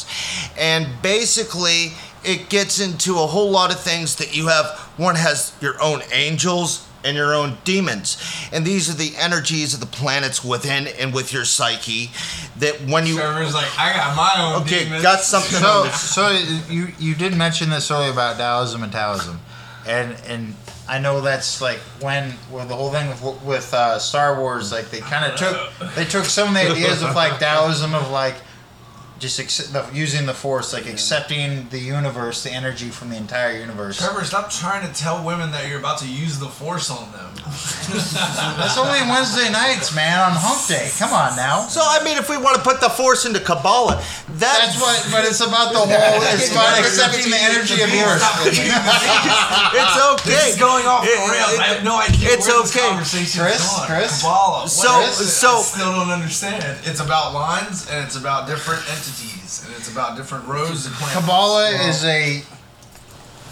and basically it gets into a whole lot of things that you have. One has your own angels and your own demons. And these are the energies of the planets within and with your psyche that when you.
Trevor's like, I got my own
Okay,
demons.
got something on
So
this.
so you you did mention this earlier about Taoism and Taoism, and and I know that's like when well, the whole thing with with uh, Star Wars like they kind of took they took some of the ideas of like Taoism of like just accept, the, using the Force like accepting the universe the energy from the entire universe.
Trevor, stop trying to tell women that you're about to use the force on them.
That's only Wednesday nights, man, on Hump Day. Come on now.
So, I mean, if we want to put the force into Kabbalah, that,
That's what, but it's about the whole. It's about accepting the energy of yours.
It's okay.
This is going off the
It-
rails. I
it-
have no idea
it's
where this
okay.
conversation is
Chris,
going.
Chris?
Kabbalah. What
So-
is it? I
so-
still don't understand. It's about lines and it's about different entities and it's about different roads and planets.
Kabbalah is a,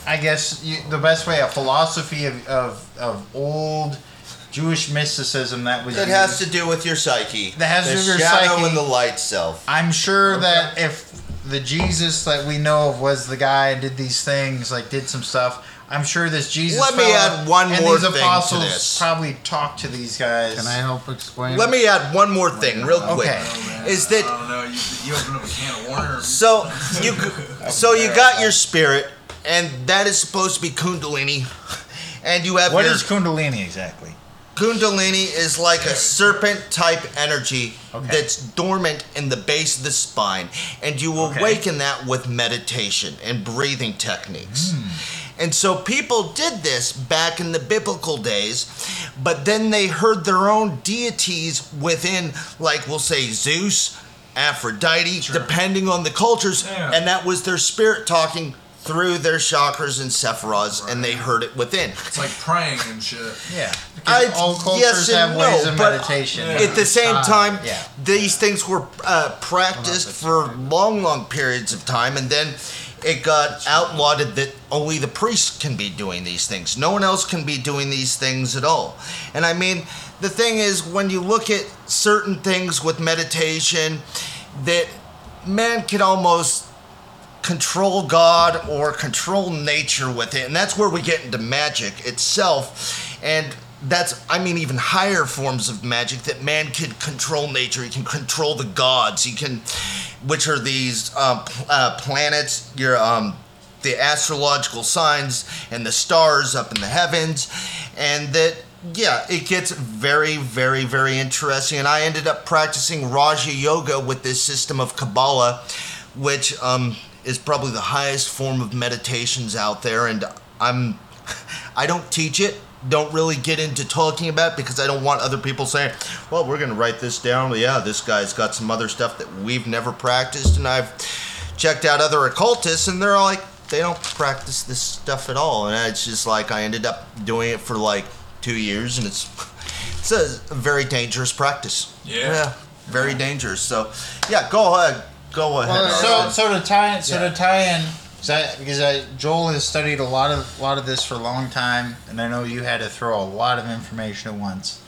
I guess you, the best way, a philosophy of, of, of old Jewish mysticism that was.
It has to do with your psyche.
That has to
the
do with your
shadow
psyche.
and the light self.
I'm sure that if the Jesus that we know of was the guy and did these things, like did some stuff. I'm sure this Jesus.
Let me
fella
add one
and
more
these
thing to
apostles
this.
probably talked to these guys.
Can I help explain?
Let me add one more thing, real quick.
Okay.
Is
I
that
don't know. You, you open up a can of worms.
So you so you got your spirit, and that is supposed to be kundalini. And you have
What
your
is Kundalini exactly?
kundalini is like a serpent type energy that's dormant in the base of the spine, and you awaken that with meditation and breathing techniques. And so people did this back in the biblical days, but then they heard their own deities within, like we'll say Zeus, Aphrodite, depending on the cultures,
Yeah.
and that was their spirit talking through their chakras and sephiroths, and they heard it within.
It's like praying and shit.
Yeah.
I-
Because all cultures
yes and
have ways
no,
of
but
meditation.
At the same time,
yeah.
these things were uh, practiced for long, long periods of time, and then it got outlawed that only the priests can be doing these things. No one else can be doing these things at all. And I mean, the thing is, when you look at certain things with meditation, that man can almost control God or control nature with it. And that's where we get into magic itself. And that's, I mean, even higher forms of magic that man can control nature. He can control the gods. He can, which are these um, pl- uh, planets, your, um, the astrological signs and the stars up in the heavens. And that, yeah, it gets very, very, very interesting. And I ended up practicing Raja Yoga with this system of Kabbalah, which um, is probably the highest form of meditations out there. And I'm, I don't teach it. Don't really get into talking about it because I don't want other people saying, "Well, we're going to write this down." Yeah, this guy's got some other stuff that we've never practiced, and I've checked out other occultists, and they're like, they don't practice this stuff at all. And it's just like I ended up doing it for like two years, and it's it's a very dangerous practice.
Yeah.
very dangerous. So, yeah, go ahead, go ahead.
So
Arlen.
so to tie in, so to tie in, 'cause I, because I Joel has studied a lot of lot of this for a long time, and I know you had to throw a lot of information at once.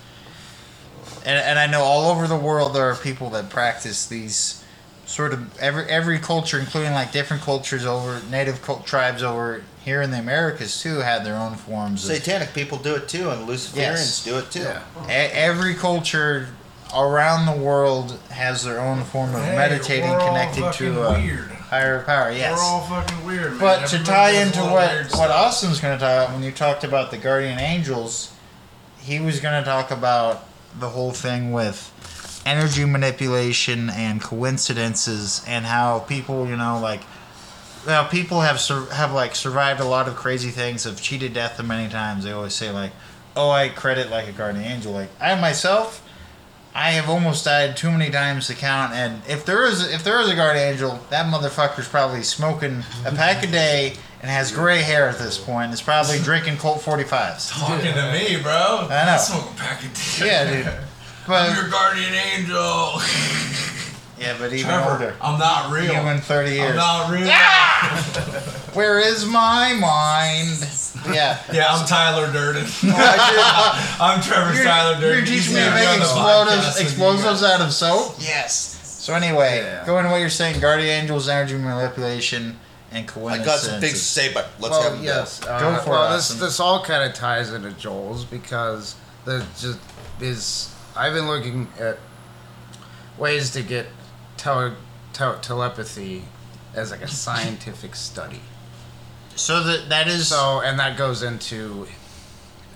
And and I know all over the world there are people that practice these sort of every every culture, including like different cultures over native cult tribes over here in the Americas too, had their own forms. of
satanic people do it too, and
uh,
Luciferians
Yes.
do it too.
E- every culture around the world has their own form of
Hey,
meditating
we're all
connected
fucking
to a
weird.
higher power. Yes.
We're all fucking weird, man.
But to
Everybody
tie
does a
into
lot of
what
weird
what
stuff.
Austin's going to talk when you talked about the guardian angels, he was going to talk about the whole thing with energy manipulation and coincidences and how people, you know, like now people have sur- have like survived a lot of crazy things, have cheated death many times. They always say like, "Oh, I credit like a guardian angel." Like I myself, I have almost died too many times to count. And if there is if there is a guardian angel, that motherfucker's probably smoking a pack a day and has gray hair at this point. And is probably drinking Colt 45s.
Talking to me, bro.
I know.
I smoke a pack of dick.
Yeah, dude.
I'm your
But
guardian angel.
yeah, but even
Trevor,
older.
I'm not real.
Even in 30 years.
I'm not real.
Ah! Where is my mind? Yeah.
Yeah, I'm Tyler Durden. I'm Trevor
You're,
Tyler Durden.
you're teaching me
He's
to
gonna be on the
make explosives,
podcast with you
explosives
guys.
out of soap?
Yes,
So anyway,
Yeah.
going to what you're saying, Guardian Angels, energy manipulation, and
I
coincidence.
got some things to say, but let's have
Well,
them
yes. Uh,
Go for
well,
it,
this
Austin.
this all kind of ties into Joel's because the just is. I've been looking at ways to get tele, tel telepathy as like a scientific study.
So that that is
So, and that goes into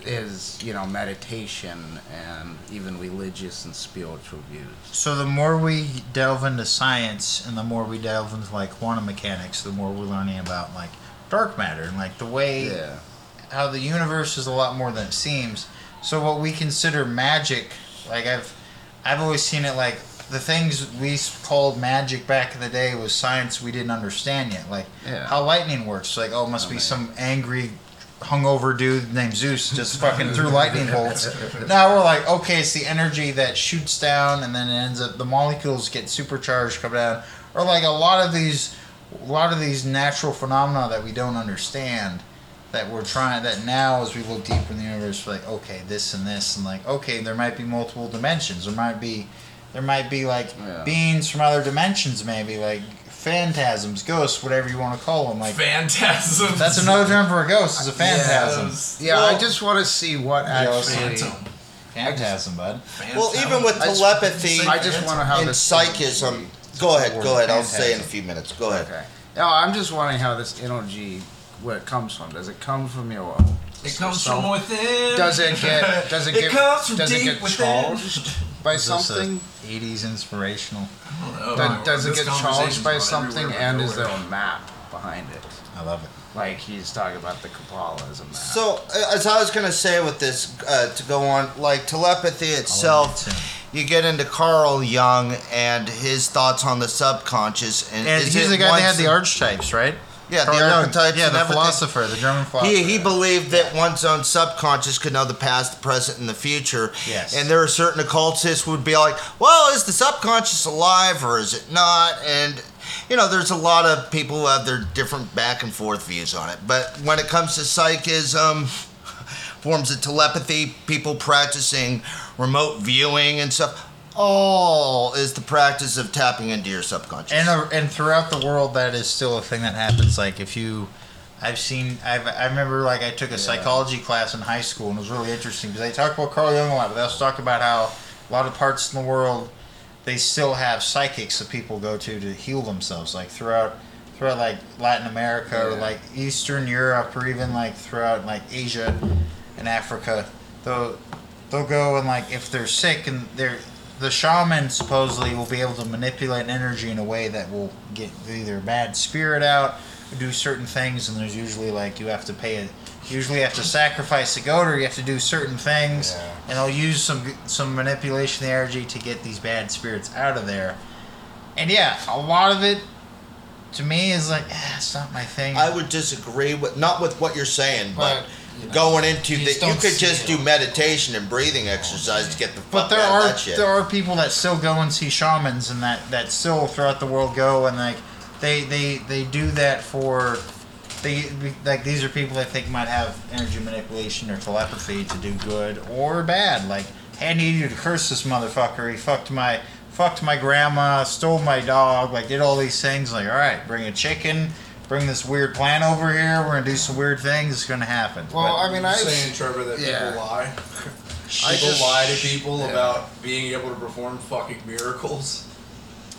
his, you know, meditation and even religious and spiritual views.
so. The more we delve into science, and the more we delve into like quantum mechanics, the more we're learning about like dark matter and like the way
Yeah.
how the universe is a lot more than it seems. So what we consider magic, like I've, I've always seen it like the things we s- called magic back in the day was science we didn't understand yet, like
Yeah.
how lightning works. Like oh, it must be some angry, hungover dude named Zeus just fucking threw lightning bolts. Now we're like, okay, it's the energy that shoots down and then it ends up the molecules get supercharged, come down, or like a lot of these, a lot of these natural phenomena that we don't understand that we're trying that now as we look deeper in the universe we're like okay this and this and like okay there might be multiple dimensions there might be there might be like
Yeah.
beings from other dimensions maybe like phantasms ghosts whatever you want to call them like
Phantasm.
that's another term for a ghost is a phantasm
Yeah, I just want to see what actually.
Phantom.
phantasm bud
Well, even with
I just-
telepathy
I just want to how
and
this
psychism, go ahead, go ahead. I'll say in a
Phantasm.
few minutes. Go ahead.
Okay. No, I'm just wondering how this energy, where it comes from. Does it come from your?
It comes from within.
Does it get? Does it,
It
get?
comes from
does it
deep
get
within.
charged by something?
This is a 80s inspirational
Oh,
Does, does it
this
get
conversation's
charged by
gone
something?
everywhere,
And
but
is there
nowhere.
a map behind it?
i love it
Like he's talking about the Kabbalah as a map.
So, uh, as I was gonna say with this, uh, to go on, like telepathy itself,
too.
you get into Carl Jung and his thoughts on the subconscious, and,
and
is
he's
it
the guy that
once-
had the archetypes right
yeah,
Carl
the
Jung.
archetypes,
yeah
and
the
everything.
philosopher the german philosopher
He, he believed that one's own subconscious could know the past, the present, and the future.
Yes.
And there are certain occultists would be like, well, is the subconscious alive or is it not? And you know, there's a lot of people who have their different back and forth views on it. But when it comes to psychism, forms of telepathy, people practicing remote viewing and stuff, all is the practice of tapping into your subconscious.
and uh, and throughout the world that is still a thing that happens like if you i've seen I've, i remember like i took a psychology class in high school and it was really interesting because they talked about carl jung a lot but they also talked about how a lot of parts in the world they still have psychics that people go to to heal themselves like throughout throughout like latin america or like eastern europe or even like throughout like asia and africa though they'll go and like if they're sick and they're the shaman supposedly will be able to manipulate energy in a way that will get either a bad spirit out or do certain things and there's usually like you have to pay a usually you have to sacrifice a goat or you have to do certain things
Yeah.
and they'll use some some manipulation of the energy to get these bad spirits out of there and yeah a lot of it to me is like eh, it's not my thing
I would disagree with not with what you're saying, but,
But, you know,
going into
you
that
just
you
don't
could
see
just
it.
do meditation and breathing exercise to get the fuck
But there
out of
are
that shit.
there are people that still go and see shamans and that that still throughout the world go and like they they they do that for they like these are people I think might have energy manipulation or telepathy to do good or bad. Like hey, I need you to curse this motherfucker. He fucked my fucked my grandma, stole my dog, like did all these things. Like all right, bring a chicken. Bring this weird plant over here. We're gonna do some weird things. It's gonna happen.
Well, I mean,
You're
I
saying, Trevor, that
yeah.
people lie.
I
People
just-
lie to people about being able to perform fucking miracles.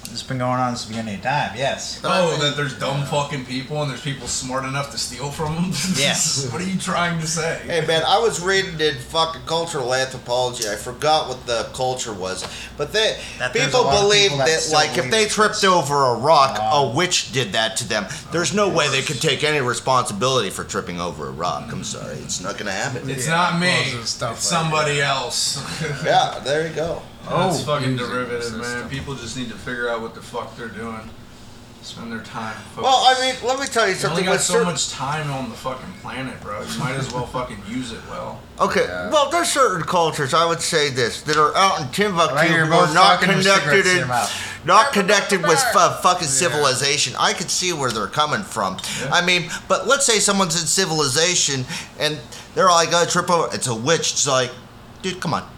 But it's been going on since the beginning of time. Yes.
I
oh,
mean-
that there's dumb fucking people and there's people smart enough to steal from them.
Yes.
what are you trying to say?
Hey man, I was reading in fucking cultural anthropology. I forgot what the culture was, but they
That there's a
people
lot of
believe
people that
that,
still
like if
believe
they
it.
tripped over a rock, a witch did that to them. There's no way they could take any responsibility for tripping over a rock. I'm sorry, it's not gonna happen.
It's
Yeah,
not me.
lots of
It's
stuff like
somebody else.
Yeah, there you go.
Oh, it's fucking
music
derivative,
system.
man. People just need to figure out what the fuck they're doing. Spend their time. Focused.
Well, I mean, let me tell you
you only
something.
got
with
so
certain-
much time on the fucking planet, bro. You might as well fucking use it well.
Okay,
Yeah.
well, there's certain cultures I would say this that are out in Timbuktu
Right, you're
who are
both
not
talking with
connected
cigarettes in
in,
your mouth.
not connected with fu- fucking civilization. I could see where they're coming from. I mean, but let's say someone's in civilization and they're all like, "I trip over." It's a witch. It's like, dude, come on,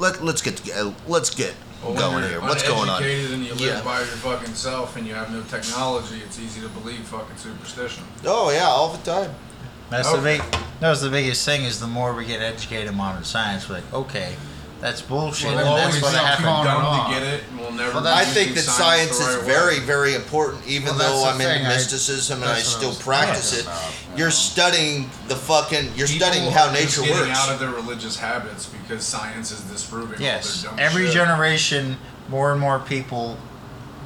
let let's get toge- let's get
But when
going
you're
here. What's going on?
uneducated and you live
Yeah.
by your fucking self and you have no technology, it's easy to believe fucking superstition.
Oh yeah, all the time.
That's the
Okay.
big. That was the biggest thing. Is the more we get educated in modern science, we're like, okay, that's bullshit,
We'll
and
always
that's
be
what
too
happened.
dumb to get it, and we'll never.
I
be
think
using
that science
the
is
right way.
very, very important, even
Well, that's
though
the
I'm into
thing, I-
mysticism and I
that's what I
still
was
practice it.
talking about,
You're studying the fucking, you're
People
studying how
are just
nature
getting
works.
out of their religious habits because science is disproving
Yes,
all their dumb
every
shit.
generation, more and more people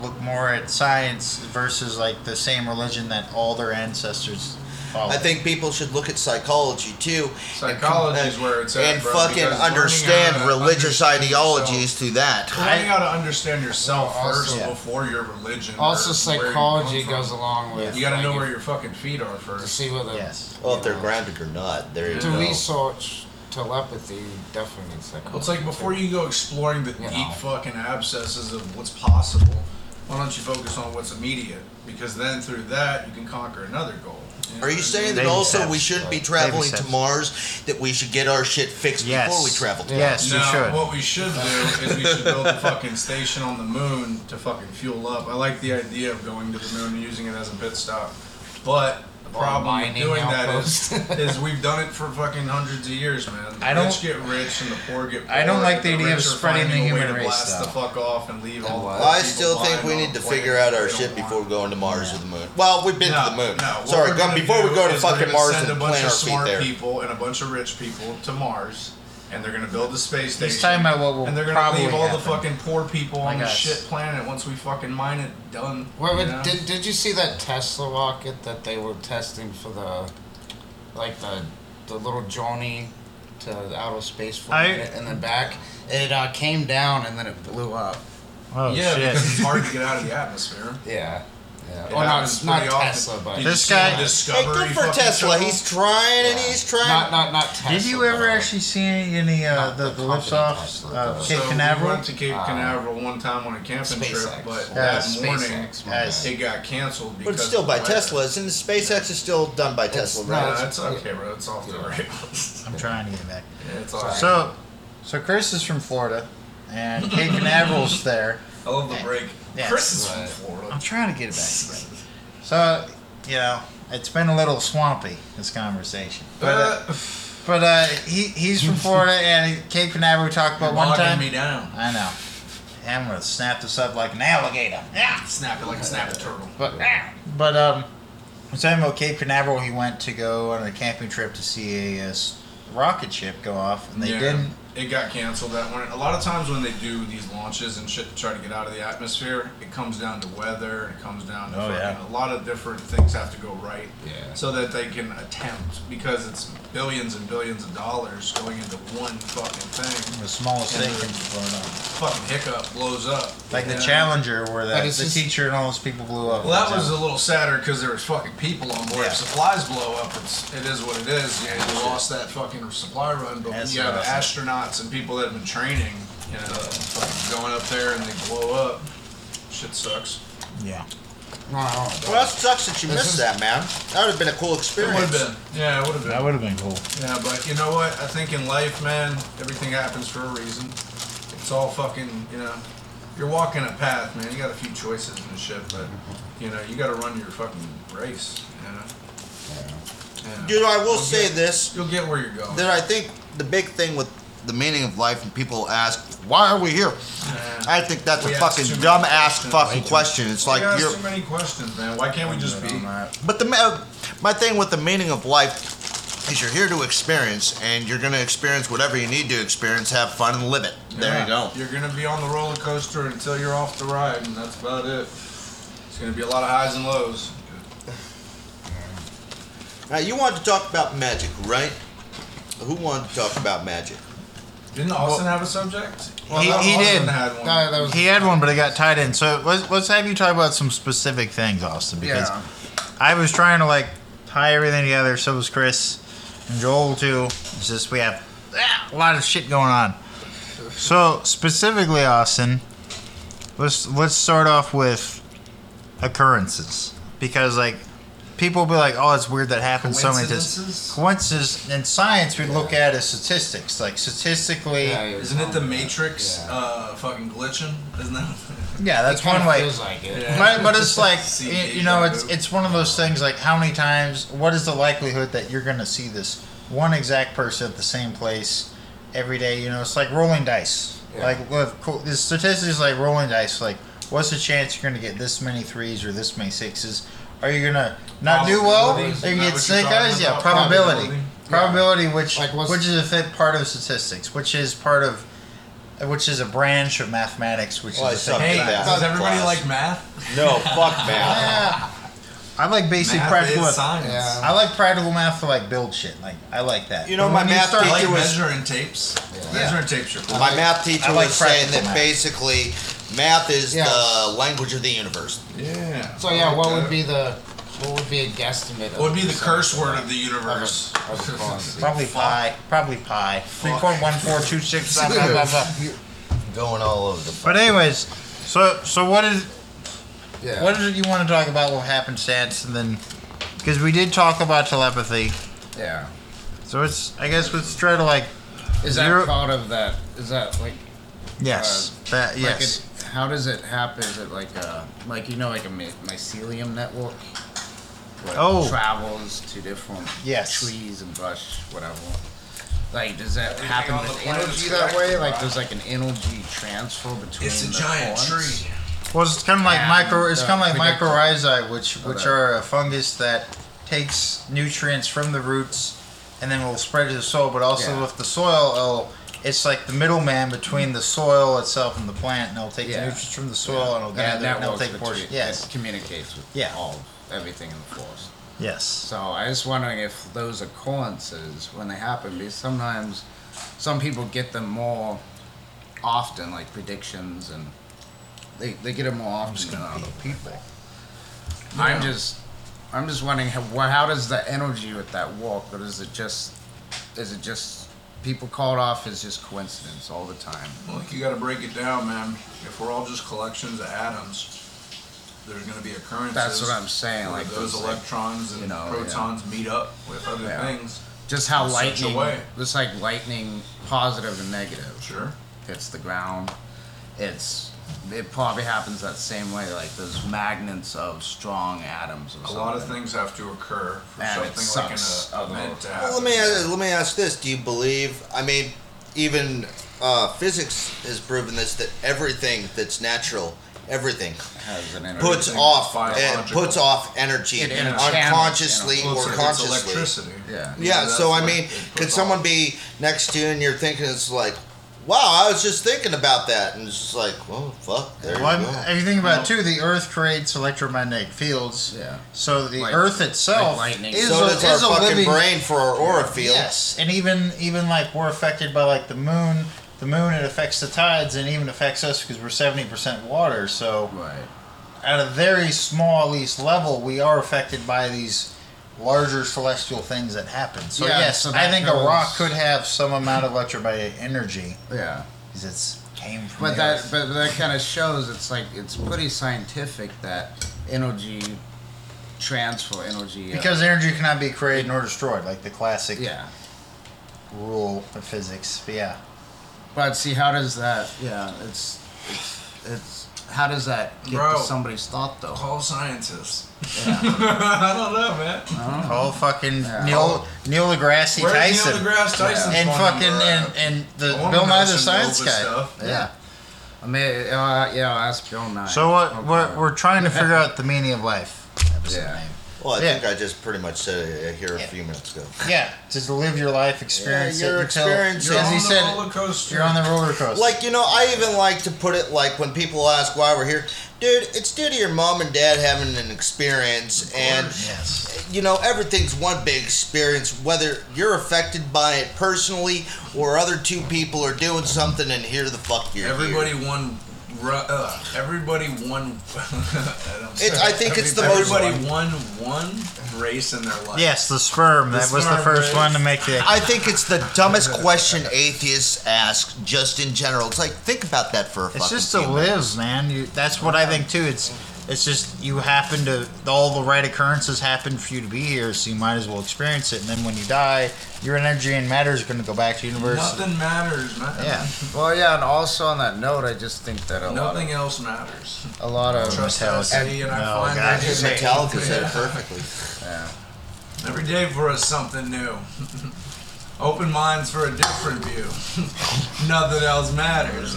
look more at science versus like the same religion that all their ancestors followed.
I think people should look at psychology too. and com-
Psychology is where it's at,
And
bro,
fucking
because learning how
understand
to
religious
understand
ideologies
yourself-
through that.
Learning how to understand yourself
Well, also-
first
Yeah.
before your religion.
Also,
or where you come
psychology
from.
goes along with.
You gotta
like,
know
if-
where your fucking feet are
to
first.
see whether.
Yes.
Well, if they're
Yeah.
grounded or not, there you
To
go.
research telepathy, you definitely need psychology.
Well, it's like before you go exploring the
You
deep
know.
fucking abscesses of what's possible, why don't you focus on what's immediate? Because then through that, you can conquer another goal. know
Are
what I
you saying that
Baby
also
steps,
we shouldn't be
like,
traveling
baby
to
steps.
Mars, that we should get our shit fixed
Yes.
before we travel to
Yes,
No,
you should.
what we should do is we should build a fucking station on the moon to fucking fuel up. I like the idea of going to the moon and using it as a pit stop, but the problem with
mining
doing that is,
outpost.
is we've done it for fucking hundreds of years, man. The
I don't-
rich get rich and the poor get poor.
I don't like the idea of
rich are
spreading
finding
the
a way
human
to
race,
Blast the
though.
fuck off and leave all.
what?
The
Well, I
people
still think
behind
we
on
need to
the
figure out
planet
our
that we
shit
don't
before
want.
going to Mars or the moon. Well, we've been to the moon.
what
Sorry,
we're
go-
gonna
before we
do
go to
is we're
fucking
gonna
Mars
send
and
a bunch
plant
of
our feet
smart
there.
people and a bunch of rich people to Mars, and they're gonna build a space station.
He's talking about what will
and they're gonna
probably
leave all the
happen.
fucking poor people on
I
the
guess.
shit planet once we fucking mine it. Done.
Wait,
you
wait,
know?
did, did you see that Tesla rocket that they were testing for the, like the, the little journey to outer space for a
I-
minute in the back? It uh, came down and then it blew up.
Oh
yeah,
shit!
because it's hard to get out of the atmosphere.
Yeah. Yeah.
It
Well, not,
happens
not
pretty often.
Tesla, but
Did
This
you see him
guy-
Hey,
discover he
good for
fucking
Tesla.
took
He's trying and he's trying.
not not not Tesla.
Did you ever
but, uh,
actually see any, any uh,
Not
the,
the
the lifts
company
off
Tesla,
uh,
though.
Cape
so We
Canaveral?
went to Cape
Ah.
Uh,
Canaveral one time on a camping
SpaceX?
trip, but
Yeah,
that morning
SpaceX. my
Yes.
bad.
it got canceled
But
because
it's still
of
by
the
Tesla, isn't it? SpaceX is still done by Tesla,
weather.
right?
No, it's okay, bro. It's off the rails.
I'm trying to get back.
Yeah, it's all right.
So, so Chris is from Florida, and Cape Canaveral's there.
I love the break.
Yeah.
Chris is from
Right.
Florida.
I'm trying to get it back. together. So, you know, it's been a little swampy this conversation, but uh,
Uh,
but uh, he he's from Florida, and Cape Canaveral we talked about one
bogging
time.
me down.
I know. I'm gonna snap this up like an alligator. Yeah.
Snap it like a snap turtle.
But but um, was talking about Cape Canaveral. He went to go on a camping trip to see a, uh, s- rocket ship go off, and they
Yeah,
didn't.
It got canceled that one. A lot of times when they do these launches and shit to try to get out of the atmosphere, it comes down to weather. It comes down to
Oh,
fucking
yeah.
a lot of different things have to go right.
Yeah.
So that they can attempt because it's billions and billions of dollars going into one fucking thing.
The smallest
And
thing
the-
can be blown up.
Fucking hiccup blows up.
Like
Yeah.
the Challenger, where that,
But
the
it's just-
teacher and all those people blew up.
Well, that was a little sadder because there was fucking people on board.
Yeah.
If supplies blow up, it's, it is what it is. Yeah, you lost that fucking supply run, but
That's
you have
awesome.
astronauts and people that have been training, you know, fucking going up there and they blow up. Shit sucks.
yeah.
Wow.
Well, that sucks that you missed that, man. That would have been a cool
It would
experience.
have been. Yeah, it would have been.
would have been cool.
Yeah, but you know what? I think in life, man, everything happens for a reason. It's all fucking, you know, you're walking a path, man. You got a few choices and shit, but, you know, you got to run your fucking race, you know? Yeah.
Dude, I will
You'll
say
get-
this:
You'll get where you're going.
that I think the big thing with the meaning of life, and people ask, "Why are we here?" I think that's
We
a
ask too
fucking
many
dumb ass
questions.
fucking question. It's like
you ask
you're.
too many questions, man. Why can't we just be?
But the ma- uh, my thing with the meaning of life is you're here to experience, and you're gonna experience whatever you need to experience, have fun, and live it. There you go.
You're gonna be on the roller coaster until you're off the ride, and that's about it. It's gonna be a lot of highs and lows.
Now you wanted to talk about magic, right? Who wanted to talk about magic?
Didn't Austin have a subject?
He-
that
he
Austin
did.
Had one.
No, that was
He had one, but it got tied in. So let's, let's have you talk about some specific things, Austin, because
yeah.
I was trying to like tie everything together. So was Chris and Joel too. It's just we have ah, a lot of shit going on. So specifically, Austin, let's let's start off with occurrences because like people will be like, oh, it's weird that happens so many times.
Coincidences?
Coincidences in science, we look at as statistics. Like statistically,
Yeah,
yeah,
you're
Isn't it the
telling me.
Matrix
Yeah.
uh, fucking glitching? Isn't that?
that's
It
one
kinda
way.
Feels like it.
Yeah.
But, but it's like
See,
you, you
deja
know, it's
vu.
it's one of those things. Like, how many times? What is the likelihood that you're going to see this one exact person at the same place every day? You know, it's like rolling dice.
Yeah.
Like, with, co- the statistics is like rolling dice. Like, what's the chance you're going to get this many threes or this many sixes? Are you going to not do well? Are you
Probabilities,
going
is
to
that what you're
get snake
talking
eyes? Yeah,
about?
probability.
Probability.
Probability, which
Like, what's-
which is a fit part of statistics, which is part of, which is a branch of mathematics, which
Well, I
is a
suck
thing.
at
Hey,
Yeah.
does everybody
Class.
like math?
No, fuck math.
I like basic
math
practical.
is science.
Yeah.
I like practical math to like build shit. Like I like that.
You know,
But
my
when
math
start-
I like
It was-
measuring tapes. Measuring tapes are cool.
My math teacher
I like
was saying
practical
that
math.
basically math is
Yeah.
the language of the universe.
Yeah.
So
I
yeah,
like
what
that.
would be the what would be a guesstimate? of
What would be the
percentage
curse word
of
of the universe?
a- of a cost?
probably pi. Probably pi. Three point one four two six. Blah, blah, blah, blah.
Going all over the place.
But anyways, so so what is
Yeah.
what is it you want to talk about? What happened, stats, and then because we did talk about telepathy.
Yeah.
So it's I guess let's try to like
Is that
Zero-
part of that? Is that like
yes Uh, that
Like
yes
it, how does it happen? Is it like a like you know like a my- mycelium network? Where it
Oh.
travels to different
Yes.
trees and brush, whatever. Like, does that
Everything
happen
on the
with
planet
energy
is
that way?
connected,
Like,
bro.
there's like an energy transfer between.
It's a
the
giant
horns?
tree.
Well, it's kind of like
Yeah,
micro. It's
the
kind of like
predictor.
mycorrhizae, which which
Okay.
are a fungus that takes nutrients from the roots, and then will spread to the soil. But also
Yeah.
with the soil, it'll, it's like the middleman between the soil itself and the plant, and it'll take
Yeah.
the nutrients from the soil and it'll
And
gather
that
and it'll
networks
take portions.
between-
Yes,
It communicates with
Yeah.
all everything in the forest.
yes.
So I was wondering if those occurrences, when they happen, because sometimes some people get them more often, like predictions, and they, they get them more often than other people. I'm just, I'm just wondering how, what, how does the energy with that walk? Or is it just, is it just people called off is just coincidence all the time?
Look, you got to break it down, man. If we're all just collections of atoms, there's going to be occurrences.
That's what I'm saying.
where
Like
those
those, like,
electrons and
you know,
protons meet up with other
Yeah.
things.
just how
in such a
lightning,
way.
just like lightning, positive and negative.
Sure.
hits the ground. It's it probably happens that same way, like those magnets of strong atoms. Or
A
something.
lot of things have to occur for
Man, it
something
sucks
like
a
an uh, event to happen.
Well, let me ask, let me ask this: Do you believe? I mean, even uh, physics has proven this that everything that's natural, everything
has an energy.
puts off
biological.
it puts off energy
It enchants,
unconsciously
you
Well,
or
it's- it's
consciously.
electricity.
Yeah.
You
yeah,
know,
so
that's
I
what
mean,
it
could
puts
someone
off.
be next to you and you're thinking it's like, wow, I was just thinking about that, and it's just like, well, fuck, there
Well,
you
I'm-
go.
if you think about it too, the Earth creates electromagnetic fields.
Yeah.
So the
Like-
Earth itself
like lightning.
is
So
a,
does
is a
our fucking
living
brain for our aura field.
Yes, and even even like we're affected by like the moon. The moon it affects the tides and even affects us because we're seventy percent water. So
Right.
at a very small, at least level, we are affected by these larger celestial things that happen. So
Yeah,
yes,
so
I
that
think a rock
goes-
could have some amount of electromagnetic energy
Yeah.
because it's came from.
But
the
that
Earth.
but that kind of shows it's like it's pretty scientific that energy transfer energy uh,
because energy cannot be created nor destroyed, like the classic
yeah.
rule of physics. But yeah,
But see, how does that? Yeah, it's it's, it's how does that get
Bro.
to somebody's thought though?
Call scientists.
Yeah.
I don't know, man.
oh fucking
Yeah. Oh.
Neil Neil deGrasse
Where's
Tyson.
Neil deGrasse Tyson?
and fucking and, and the Bill Nye the Science Guy.
Yeah. I mean, uh, yeah, I'll ask Bill Nye.
So what?
Okay.
We're, we're trying to figure out the meaning of life. Episode
Yeah.
name.
Well, I
Yeah.
think I just pretty much said it here a few minutes ago.
Yeah, just live your life, experience
Yeah,
it
you're
until,
experiencing-
as
on
he
the
said,
roller coaster.
you're on the roller coaster.
Like, you know, I even like to put it like when people ask why we're here, dude, it's due to your mom and dad having an experience. And,
yes,
you know, everything's one big experience, whether you're affected by it personally or other two people are doing something and here the fuck you're
Everybody
here.
won. ru- Uh, everybody won. I don't-
It's, I think it's the most.
everybody won one race in their life.
yes, the sperm. that was the
sperm
first
race.
one to make the.
I think it's the dumbest question atheists ask, just in general. It's like, think about that for a
It's
fucking
just to
few
live, man. You, that's what I think too. It's it's just you happen to all the right occurrences happen for you to be here, so you might as well experience it. And then when you die, your energy and matter is going to go back to the universe.
Nothing matters, man.
Yeah,
Well, yeah, and also on that note, I just think that a lot
Nothing else matters.
of a lot of
Trust
Metallica.
Eddie, and I
No,
find
God,
that
he's
every day.
Metallica said it perfectly.
Every day for us something new. Open minds for a different view. Nothing else matters.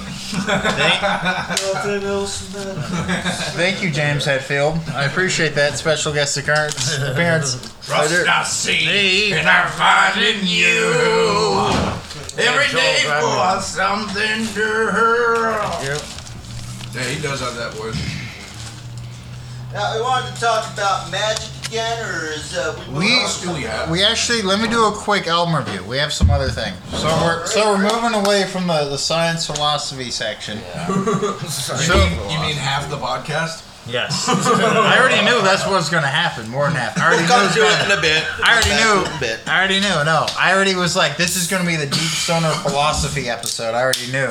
Thank you, James Hetfield. I appreciate that special guest occurrence. Appearance.
Trust I see, and I find in you. Every day for us something new. Yeah, he does have that voice.
Now, we wanted to talk about magic again, or is uh, we?
We-
What else do we have?
We actually let me do a quick album review. We have some other thing. So we're so we're moving away from the, the science philosophy section.
You mean, you mean half the podcast?
Yes. I already knew that's what was gonna happen. More than half. I already
We'll
knew.
come
it's
to it in
gonna-
a bit.
I already
We'll come to
knew.
it in a
I already knew. No, I already was like, this is gonna be the deep stoner philosophy episode. I already knew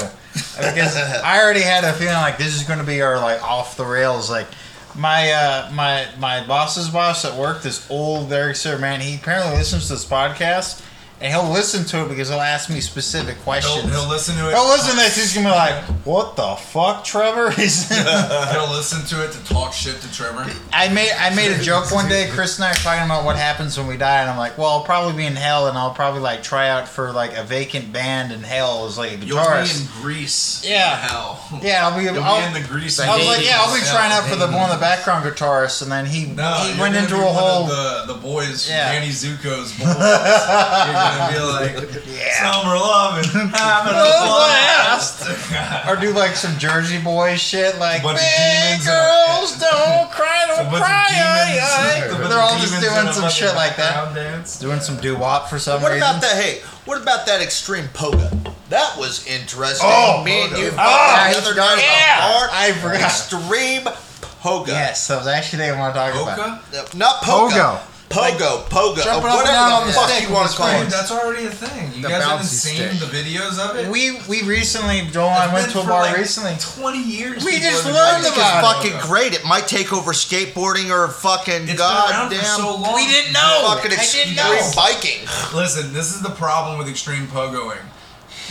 because I already had a feeling like this is gonna be our like off the rails like. My uh, my my boss's boss at work, this old Derek Sir man, he apparently listens to this podcast, and he'll listen to it because he'll ask me specific
He'll,
questions.
he'll listen to it.
He'll listen to this. He's gonna be like, "What the fuck, Trevor?" He's
He'll listen to it to talk shit to Trevor.
I made I made a joke one day. Chris and I were talking about what happens when we die, and I'm like, "Well, I'll probably be in hell, and I'll probably like try out for like a vacant band in hell as like a
You'll be
guitarist."
in Greece.
Yeah.
Hell.
Yeah, I'll be.
You'll
I'll,
be in the Greece.
I was like, "Yeah, I'll be
Hades.
trying out for the one of the background guitarists," and then he
No,
he
you're
went
gonna
into
be
a
one of
whole.
the the boys, from
Oh. Yeah.
Danny Zuko's boys. you're gonna be like, summer loving, having a blast.
or do like some Jersey Boy shit, like
Bunch of
big
demons
girls don't cry,
A
don't
bunch of
cry, aye,
demons-
aye."
a bunch of
They're all just
demons in
doing
a
some
fucking
shit like that,
background Dance.
doing some doo wop for some
bit. What
reason.
about that? Hey, what about that extreme poga? That was interesting.
Oh,
me and you
Oh,
fucking the other night
yeah.
about
I forgot.
extreme Hoga.
Yes, that was actually the thing I want to talk about.
Oka?
Uh, Not Pogo. Pogo. Pogo.
Jump
or
up and down on
whatever the
the
fuck
stick
you
with
want
his
to call
Dude,
it.
that's already a thing. You
The
guys haven't
bouncy
seen
stick.
the videos of it?
We we recently Joel
It's
and I went
been
to a
for
bar
like
recently.
20 years.
We
before
just
the
learned
guys-
It's
about it.
fucking great. It might take over skateboarding or fucking
It's been around
goddamn
for so long.
We didn't know.
fucking
I didn't
extreme
know.
biking.
Listen, this is the problem with extreme pogoing.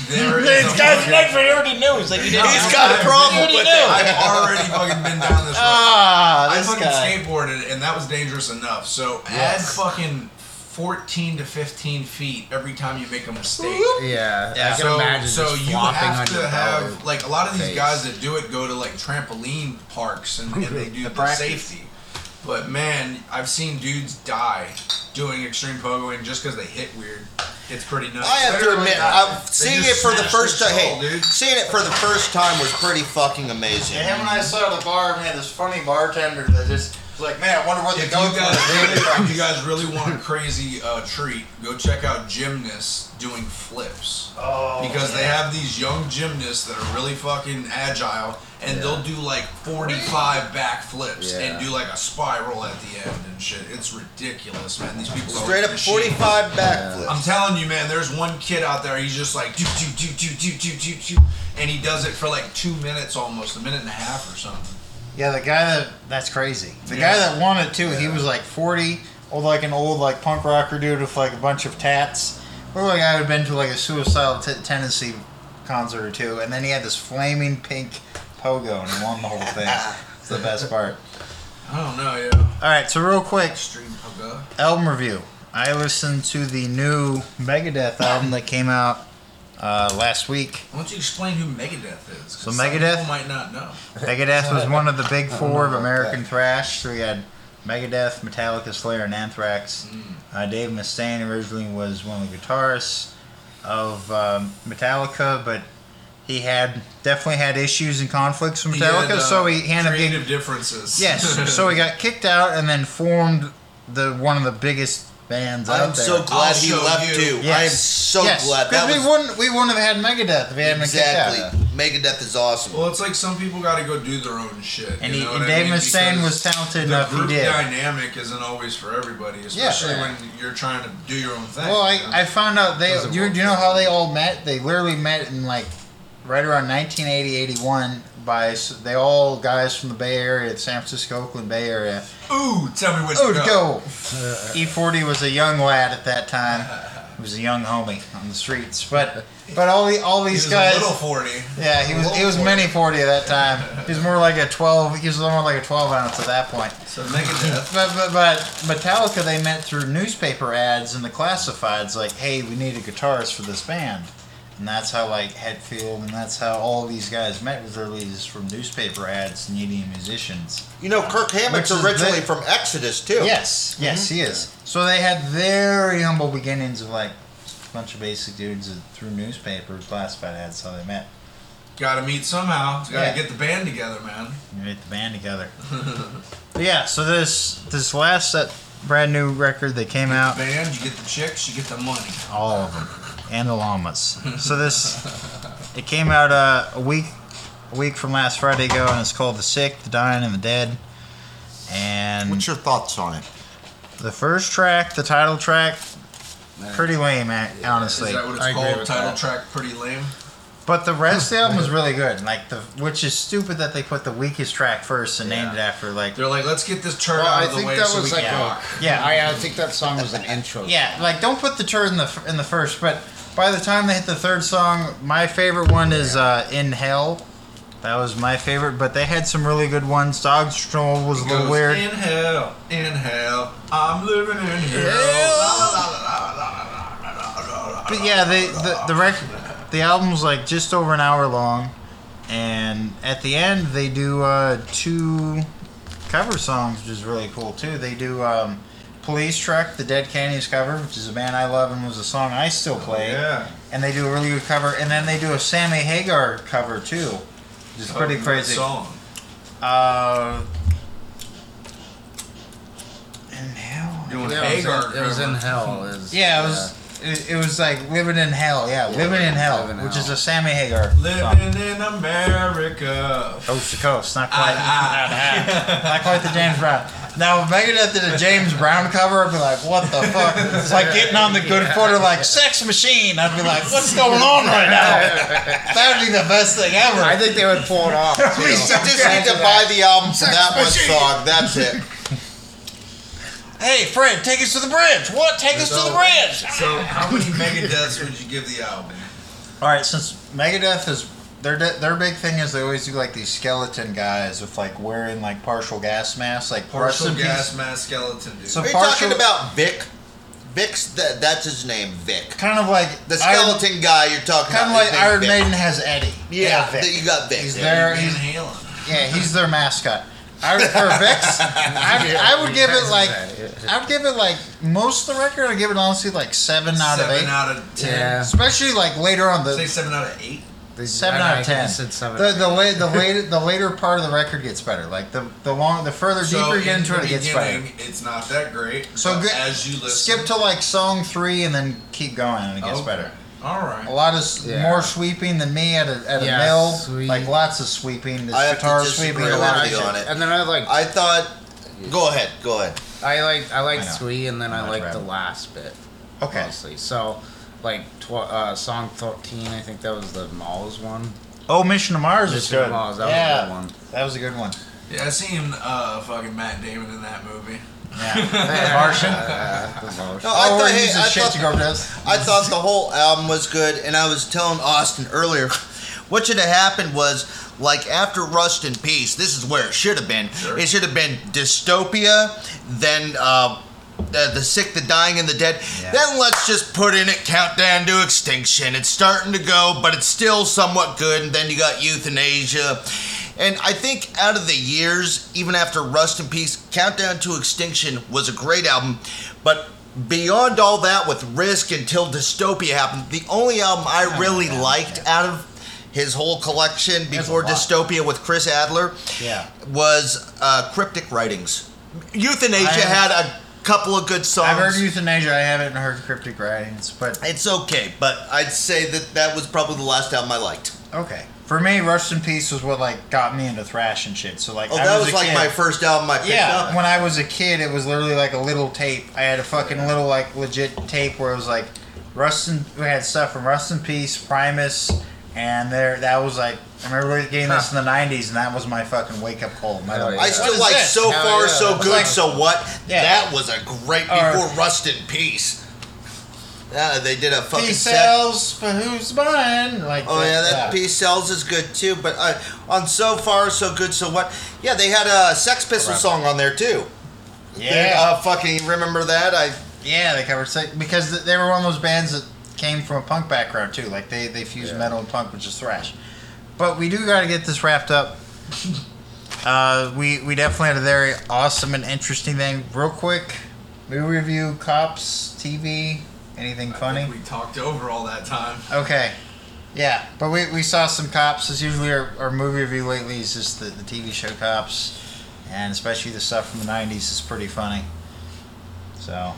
There is
This
a
guy's
fucking-
neck for already knew. It's like he didn't.
He's got a problem with it.
I've already fucking been down this road.
Ah,
I
this
fucking
guy.
skateboarded and that was dangerous enough. So add fucking 14 to 15 feet every time you make a mistake.
Yeah, I can
so,
imagine
so
just
you
flopping
have
on
to
your
have
belly.
like a lot of these
face.
guys that do it go to like trampoline parks and, and they do the, safety. But man, I've seen dudes die doing extreme pogoing just because they hit weird. It's pretty nuts.
I have to
Literally
admit,
die.
I'm
They
seeing
just
it for the
snatch
first
their
time.
soul,
Hey,
dude.
seeing it for the first time was pretty fucking amazing.
And him and I saw at the bar, man, this funny bartender that just was like, man, I wonder what they
If
go
you,
for.
guys really, if
Really
you guys really want a crazy uh, treat, go check out gymnasts doing flips.
oh,
because they have these young gymnasts that are really fucking agile and they'll do like 45 back flips and do like a spiral at the end and shit. It's ridiculous, man. These people are
Straight up
machines.
45 backflips.
I'm telling you, man, there's one kid out there, he's just like, do, do, do, do, do, do, do, do, and he does it for like two minutes almost, a minute and a half or something.
Yeah, the guy that that's crazy. The
Yeah.
guy that won it too. He was like forty, old like an old like punk rocker dude with like a bunch of tats. Or like I had been to like a suicidal t- tendency concert or two, and then he had this flaming pink pogo and he won the whole thing. it's the best part.
I don't know, yeah.
All right, so real quick,
Extreme Pogo.
album review. I listened to the new Megadeth album that came out uh, last week.
Why don't you explain who Megadeth is? 'Cause
So
some
Megadeth-
people might not know.
Megadeth was one of the big four of American thrash. So we had Megadeth, Metallica, Slayer, and Anthrax.
Mm.
Uh, Dave Mustaine originally was one of the guitarists of um, Metallica, but he had definitely had issues and conflicts with
He had,
Metallica,
uh,
so he ended up getting
creative differences.
yes. so he got kicked out and then formed the one of the biggest bands out
I'm
there.
so glad he
show
left
you.
too.
Yes.
I am so
Yes,
glad that
because
was
we wouldn't we wouldn't have had Megadeth if we hadn't
exactly.
been kicked out.
Megadeth is awesome.
Well, it's like some people got to go do their own shit.
And,
you
he,
know
and
what I
Dave
mean?
Mustaine
Because
was talented
the
enough. He
group
did.
dynamic isn't always for everybody, especially
Yeah.
when you're trying to do your own thing.
Well,
you know?
I, I found out they
Doesn't
you,
work
you know how they all met? They literally met in like right around 1980 81 by s- they all guys from the Bay Area, the San Francisco, Oakland Bay Area.
ooh, tell me what
Oh,
you go.
go! E40 was a young lad at that time. He was a young homie on the streets, but but all the all
He
these
was
guys.
a little forty.
Yeah, he was he was many forty at that time. He was more like a twelve. He was more like a twelve ounce at that point.
So Megadeth.
But, but but Metallica they met through newspaper ads in the classifieds. Like, hey, we need a guitarist for this band, and that's how like Hetfield and that's how all these guys met was literally just from newspaper ads needing musicians.
you know, Kirk Hammett's
Which is
originally
the-
from Exodus too.
Yes, yes, he is. So they had very humble beginnings of like a bunch of basic dudes that- through newspapers, classified ads. How they met.
Got to meet somehow. Got to
Yeah.
get the band together, man.
You get the band together. but yeah, so this this last set, brand new record that came out,
Band, you get the chicks, you get the money.
all of them, and the llamas. So this it came out uh, a week a week from last Friday ago, and it's called "The Sick, the Dying, and the Dead." And
What's your thoughts on it?
the first track, the title track, pretty lame, a- honestly.
Is that what it's
I agree
called?
with
Title
that.
track, pretty lame.
But the rest of the album was really good. Like the which is stupid that they put the weakest track first and named it after like
They're like, let's get this turd
Well,
out
I
of the
think
way
that
so
was
we
like
can
a-
rock.
yeah.
I, I think that song was an intro.
Yeah, like don't put the turd in the f- in the first. But by the time they hit the third song, my favorite one is uh, "In Hell." That was my favorite. But they had some really good ones. Dog Stroll was a little
Goes,
weird.
In hell, in hell, I'm living in hell. La, la, la, la, la, la, la.
But yeah, they, the the rec- the album's like just over an hour long, and at the end they do uh, two cover songs, which is really cool too. They do um, "Police Truck," the Dead Kennedys cover, which is a band I love and was a song I still
Oh,
play.
Yeah.
and they do a really good cover, and then they do a Sammy Hagar cover too, which is pretty
Oh,
crazy.
Song.
Uh, and hell,
Doing
Yeah, it was in-
Hagar.
it was in
cover.
hell. Is,
yeah, it was It, it was like living in hell. Yeah, living in hell,
Living in
which
Hell.
is a Sammy Hagar song.
Living in America.
Coast to coast, not quite, not quite the James Brown. Now, if Megadeth did a James Brown cover, I'd be like, what the fuck? It's like getting on the good footer, like Sex Machine. I'd be like, what's going on right now? That'd be the best thing ever.
I think they would pull it off. too.
We just need to buy the album for that one song. That's it.
Hey, Fred, take us to the bridge. What? Take us to the bridge.
So, how many mega deaths would you give the album?
All right, since Megadeth is their their big thing is they always do like these skeleton guys with like wearing like partial gas masks, like
Partial
rest in
gas
peace-
mask skeleton dude.
So
Are you
partial-
talking about Vic? Vic's that, that's his name, Vic.
Kind of like
The
Iron-
skeleton guy you're talking
Kind of
about.
like
his name's
Iron
Vic.
Maiden has Eddie.
Yeah,
Vic.
that you got Vic.
He's there.
there.
Van
He's,
Halen.
yeah, he's their mascot. I would, for Vix, I, I would give it like I would give it like most of the record. I'd give it honestly like seven out of
seven
eight.
out of ten.
Yeah.
Especially like later on
Say
the
seven out of eight.
They-
seven
I
out of
think they
ten.
Said seven.
The the late the later the later part of the record gets better. Like the the long the further
So,
deeper you get
in
into
the
it, it gets better.
beginning, It's not that great.
So
but
good-
as you listen,
Skip to like song three and then keep going and it gets
Okay.
better.
All
A
right.
lot of s
Yeah.
more sweeping than me at a, at a
Yeah,
mill.
sweet.
Like lots of sweeping. This
I have to
guitar
disagree
sweeping.
with
A
and,
lot
then
of
you
I,
on it.
and then I like
I thought. Go ahead. Go ahead.
I like I like
I know.
three, and then
I'm
I
not
like the
rapping.
last bit.
Okay.
Honestly, so like tw- uh, song thirteen, I think that was the Malls one.
Oh, Mission to Mars was
Mission to
good.
Mars, that was a
yeah,
good one.
That was a good one.
Yeah, I seen uh, fucking Matt Damon in that movie.
Yeah. Martian.
No, I
oh,
thought.
we're
Hey,
using
I
shit
thought
to go over this.
I thought the whole album was good, and I was telling Austin earlier, what should have happened was, like, after Rust in Peace, this is where it should have been. It should have been Dystopia, then uh, the, the Sick, the Dying, and the Dead. Then let's just put in it Countdown to Extinction. It's starting to go, but it's still somewhat good, and then you got Euthanasia. And I think out of the years, even after Rust in Peace, Countdown to Extinction was a great album, but beyond all that with risk until dystopia happened the only album
Oh,
i really liked out of his whole collection before
lot.
dystopia with chris adler
Yeah.
was uh, cryptic writings euthanasia
I-
had a couple of good songs
I've heard Euthanasia. I haven't heard Cryptic Writings, but
it's okay but i'd say that that was probably the last album i liked
okay. For me, Rust in Peace was what like got me into thrash and shit. So like,
oh
I
that
was,
was,
a
like
kid.
my first album i picked
Yeah,
up
when I was a kid, it was literally like a little tape. I had a fucking little like legit tape where it was like Rust and we had stuff from Rust in Peace, Primus, and there that was like I remember getting this in the '90s, and that was my fucking wake up call. My
Hell
little-
I
yeah.
still
is
like
this?
so
Hell
far,
yeah.
so
It's
good,
like-
so what?
Yeah.
That was a great
Or-
before Rust in Peace. Yeah, they did a fucking
Peace
set.
sells for who's mine. Like
Oh yeah, that Peace Sells is good too. But uh, on so far, so good, so what? Yeah, they had a Sex Pistol song on there too. They,
Yeah,
uh, fucking remember that? I
yeah, they covered sex because th- they were one of those bands that came from a punk background too. Like they they fused metal and punk, which is thrash. But we do got to get this wrapped up. Uh, we we definitely had a very awesome and interesting thing. Real quick, movie review, cops, TV, anything funny?
I think we talked over all that time.
Okay. Yeah, but we, we saw some cops. It's usually our, our movie review lately is just the, the TV show cops, and especially the stuff from the 90s is pretty funny. So,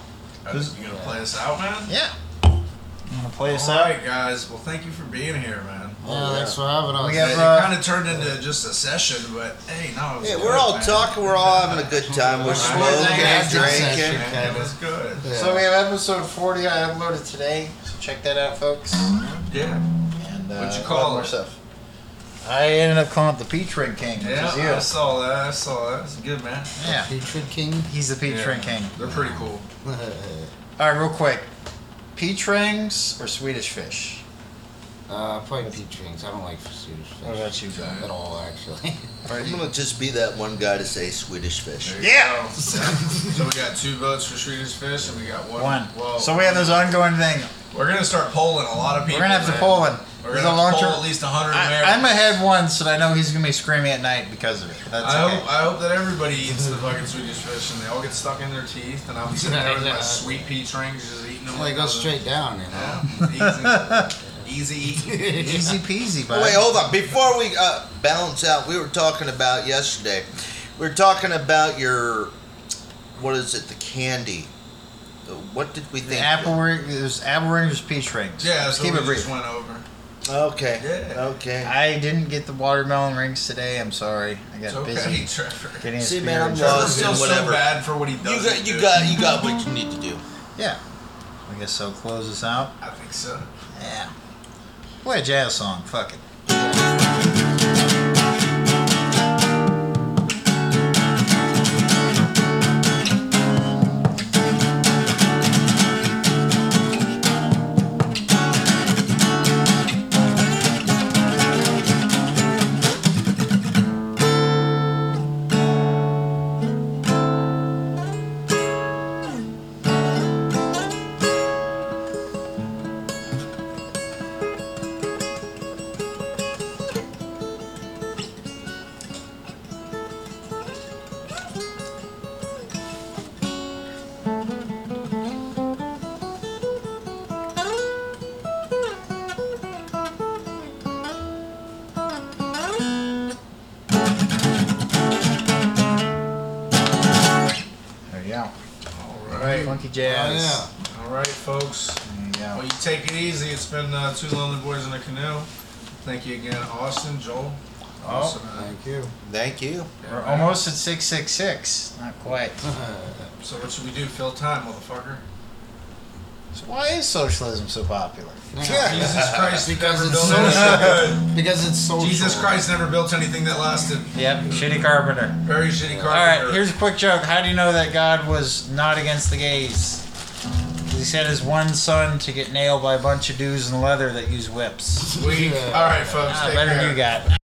Uh, you gonna play us out, man?
yeah. I'm going to play this
All
out.
right, guys. Well, thank you for being here, man.
Yeah, thanks for having us.
Oh, We
Yeah,
have,
it
uh,
kind of turned into just a session, but hey, no. it was
yeah,
good,
we're all
man.
talking, we're all having a good time. We're
Sure,
smoking
they
and
had
that
drinking.
session.
Man, it was good.
so we have episode 40 I uploaded today, so check that out, folks.
Yeah.
And, uh,
What'd you
a lot
call
more
it?
stuff. I ended up calling it the Peach Ring King, which
Yeah,
is
I
you.
saw that. I saw that. It's good, man.
Yeah,
Patron King.
he's the Peach
Yeah.
Ring King.
They're pretty cool.
All right, real quick. Peach rings or Swedish fish?
Uh, playing peach rings. I don't like Swedish fish
What about you, John?
at all, actually.
I'm gonna just be that one guy to say Swedish fish.
There you
Yeah.
go. so we got two votes for Shooter's Fish, and we got one.
One.
Whoa.
So we have this ongoing thing.
We're gonna start polling a lot of people.
We're gonna have to
man.
pull one.
We're
There's
gonna
a long
poll at
term.
least 100
I, I'm
Americans.
ahead one, so I know he's gonna be screaming at night because of it. But that's
I
okay.
hope, I hope that everybody eats the fucking Swedish fish and they all get stuck in their teeth, and I'm sitting there with my
Yeah.
sweet peach rings just eating them.
Like go straight down, you know.
Yeah, easy. easy eating.
Easy peasy, bud.
Wait, hold on. Before we uh, balance out, we were talking about yesterday. We were talking about your what is it? The candy. Uh, what did we
The
think?
apple ring, there's apple rings, peach rings.
Yeah,
Let's
so
keep
we
it
just
brief.
went over.
Okay.
Yeah.
Okay.
I didn't get the watermelon rings today. I'm sorry. I got
It's okay,
busy
Trevor.
getting a
See, man, I'm
spear.
lost.
Trevor's still so
whatever.
bad for what he
You
does.
got you got you got what you need to do.
Yeah. I guess so. Close this out.
I think so.
Yeah. Play a jazz song. Fuck it. There you go.
All right.
Funky jazz.
All right, folks.
There you
Well,
go.
you take it easy. It's been uh, two lonely boys in a canoe. Thank you again, Austin, Joel. Awesome.
Thank you.
Thank you.
We're almost at 666. Not quite.
So what should we do? Fill time, motherfucker.
So why is socialism so popular?
Jesus Christ
Because
never
it's
built anything
Because it's so.
good. Jesus Christ never built anything that lasted.
Yep. Shitty carpenter.
Very shitty car.
All right, here's a quick joke. How do you know that God was not against the gays? 'Cause He sent his one son to get nailed by a bunch of dudes in leather that use whips.
We, all right, folks.
Ah,
take
better
care.
than you got.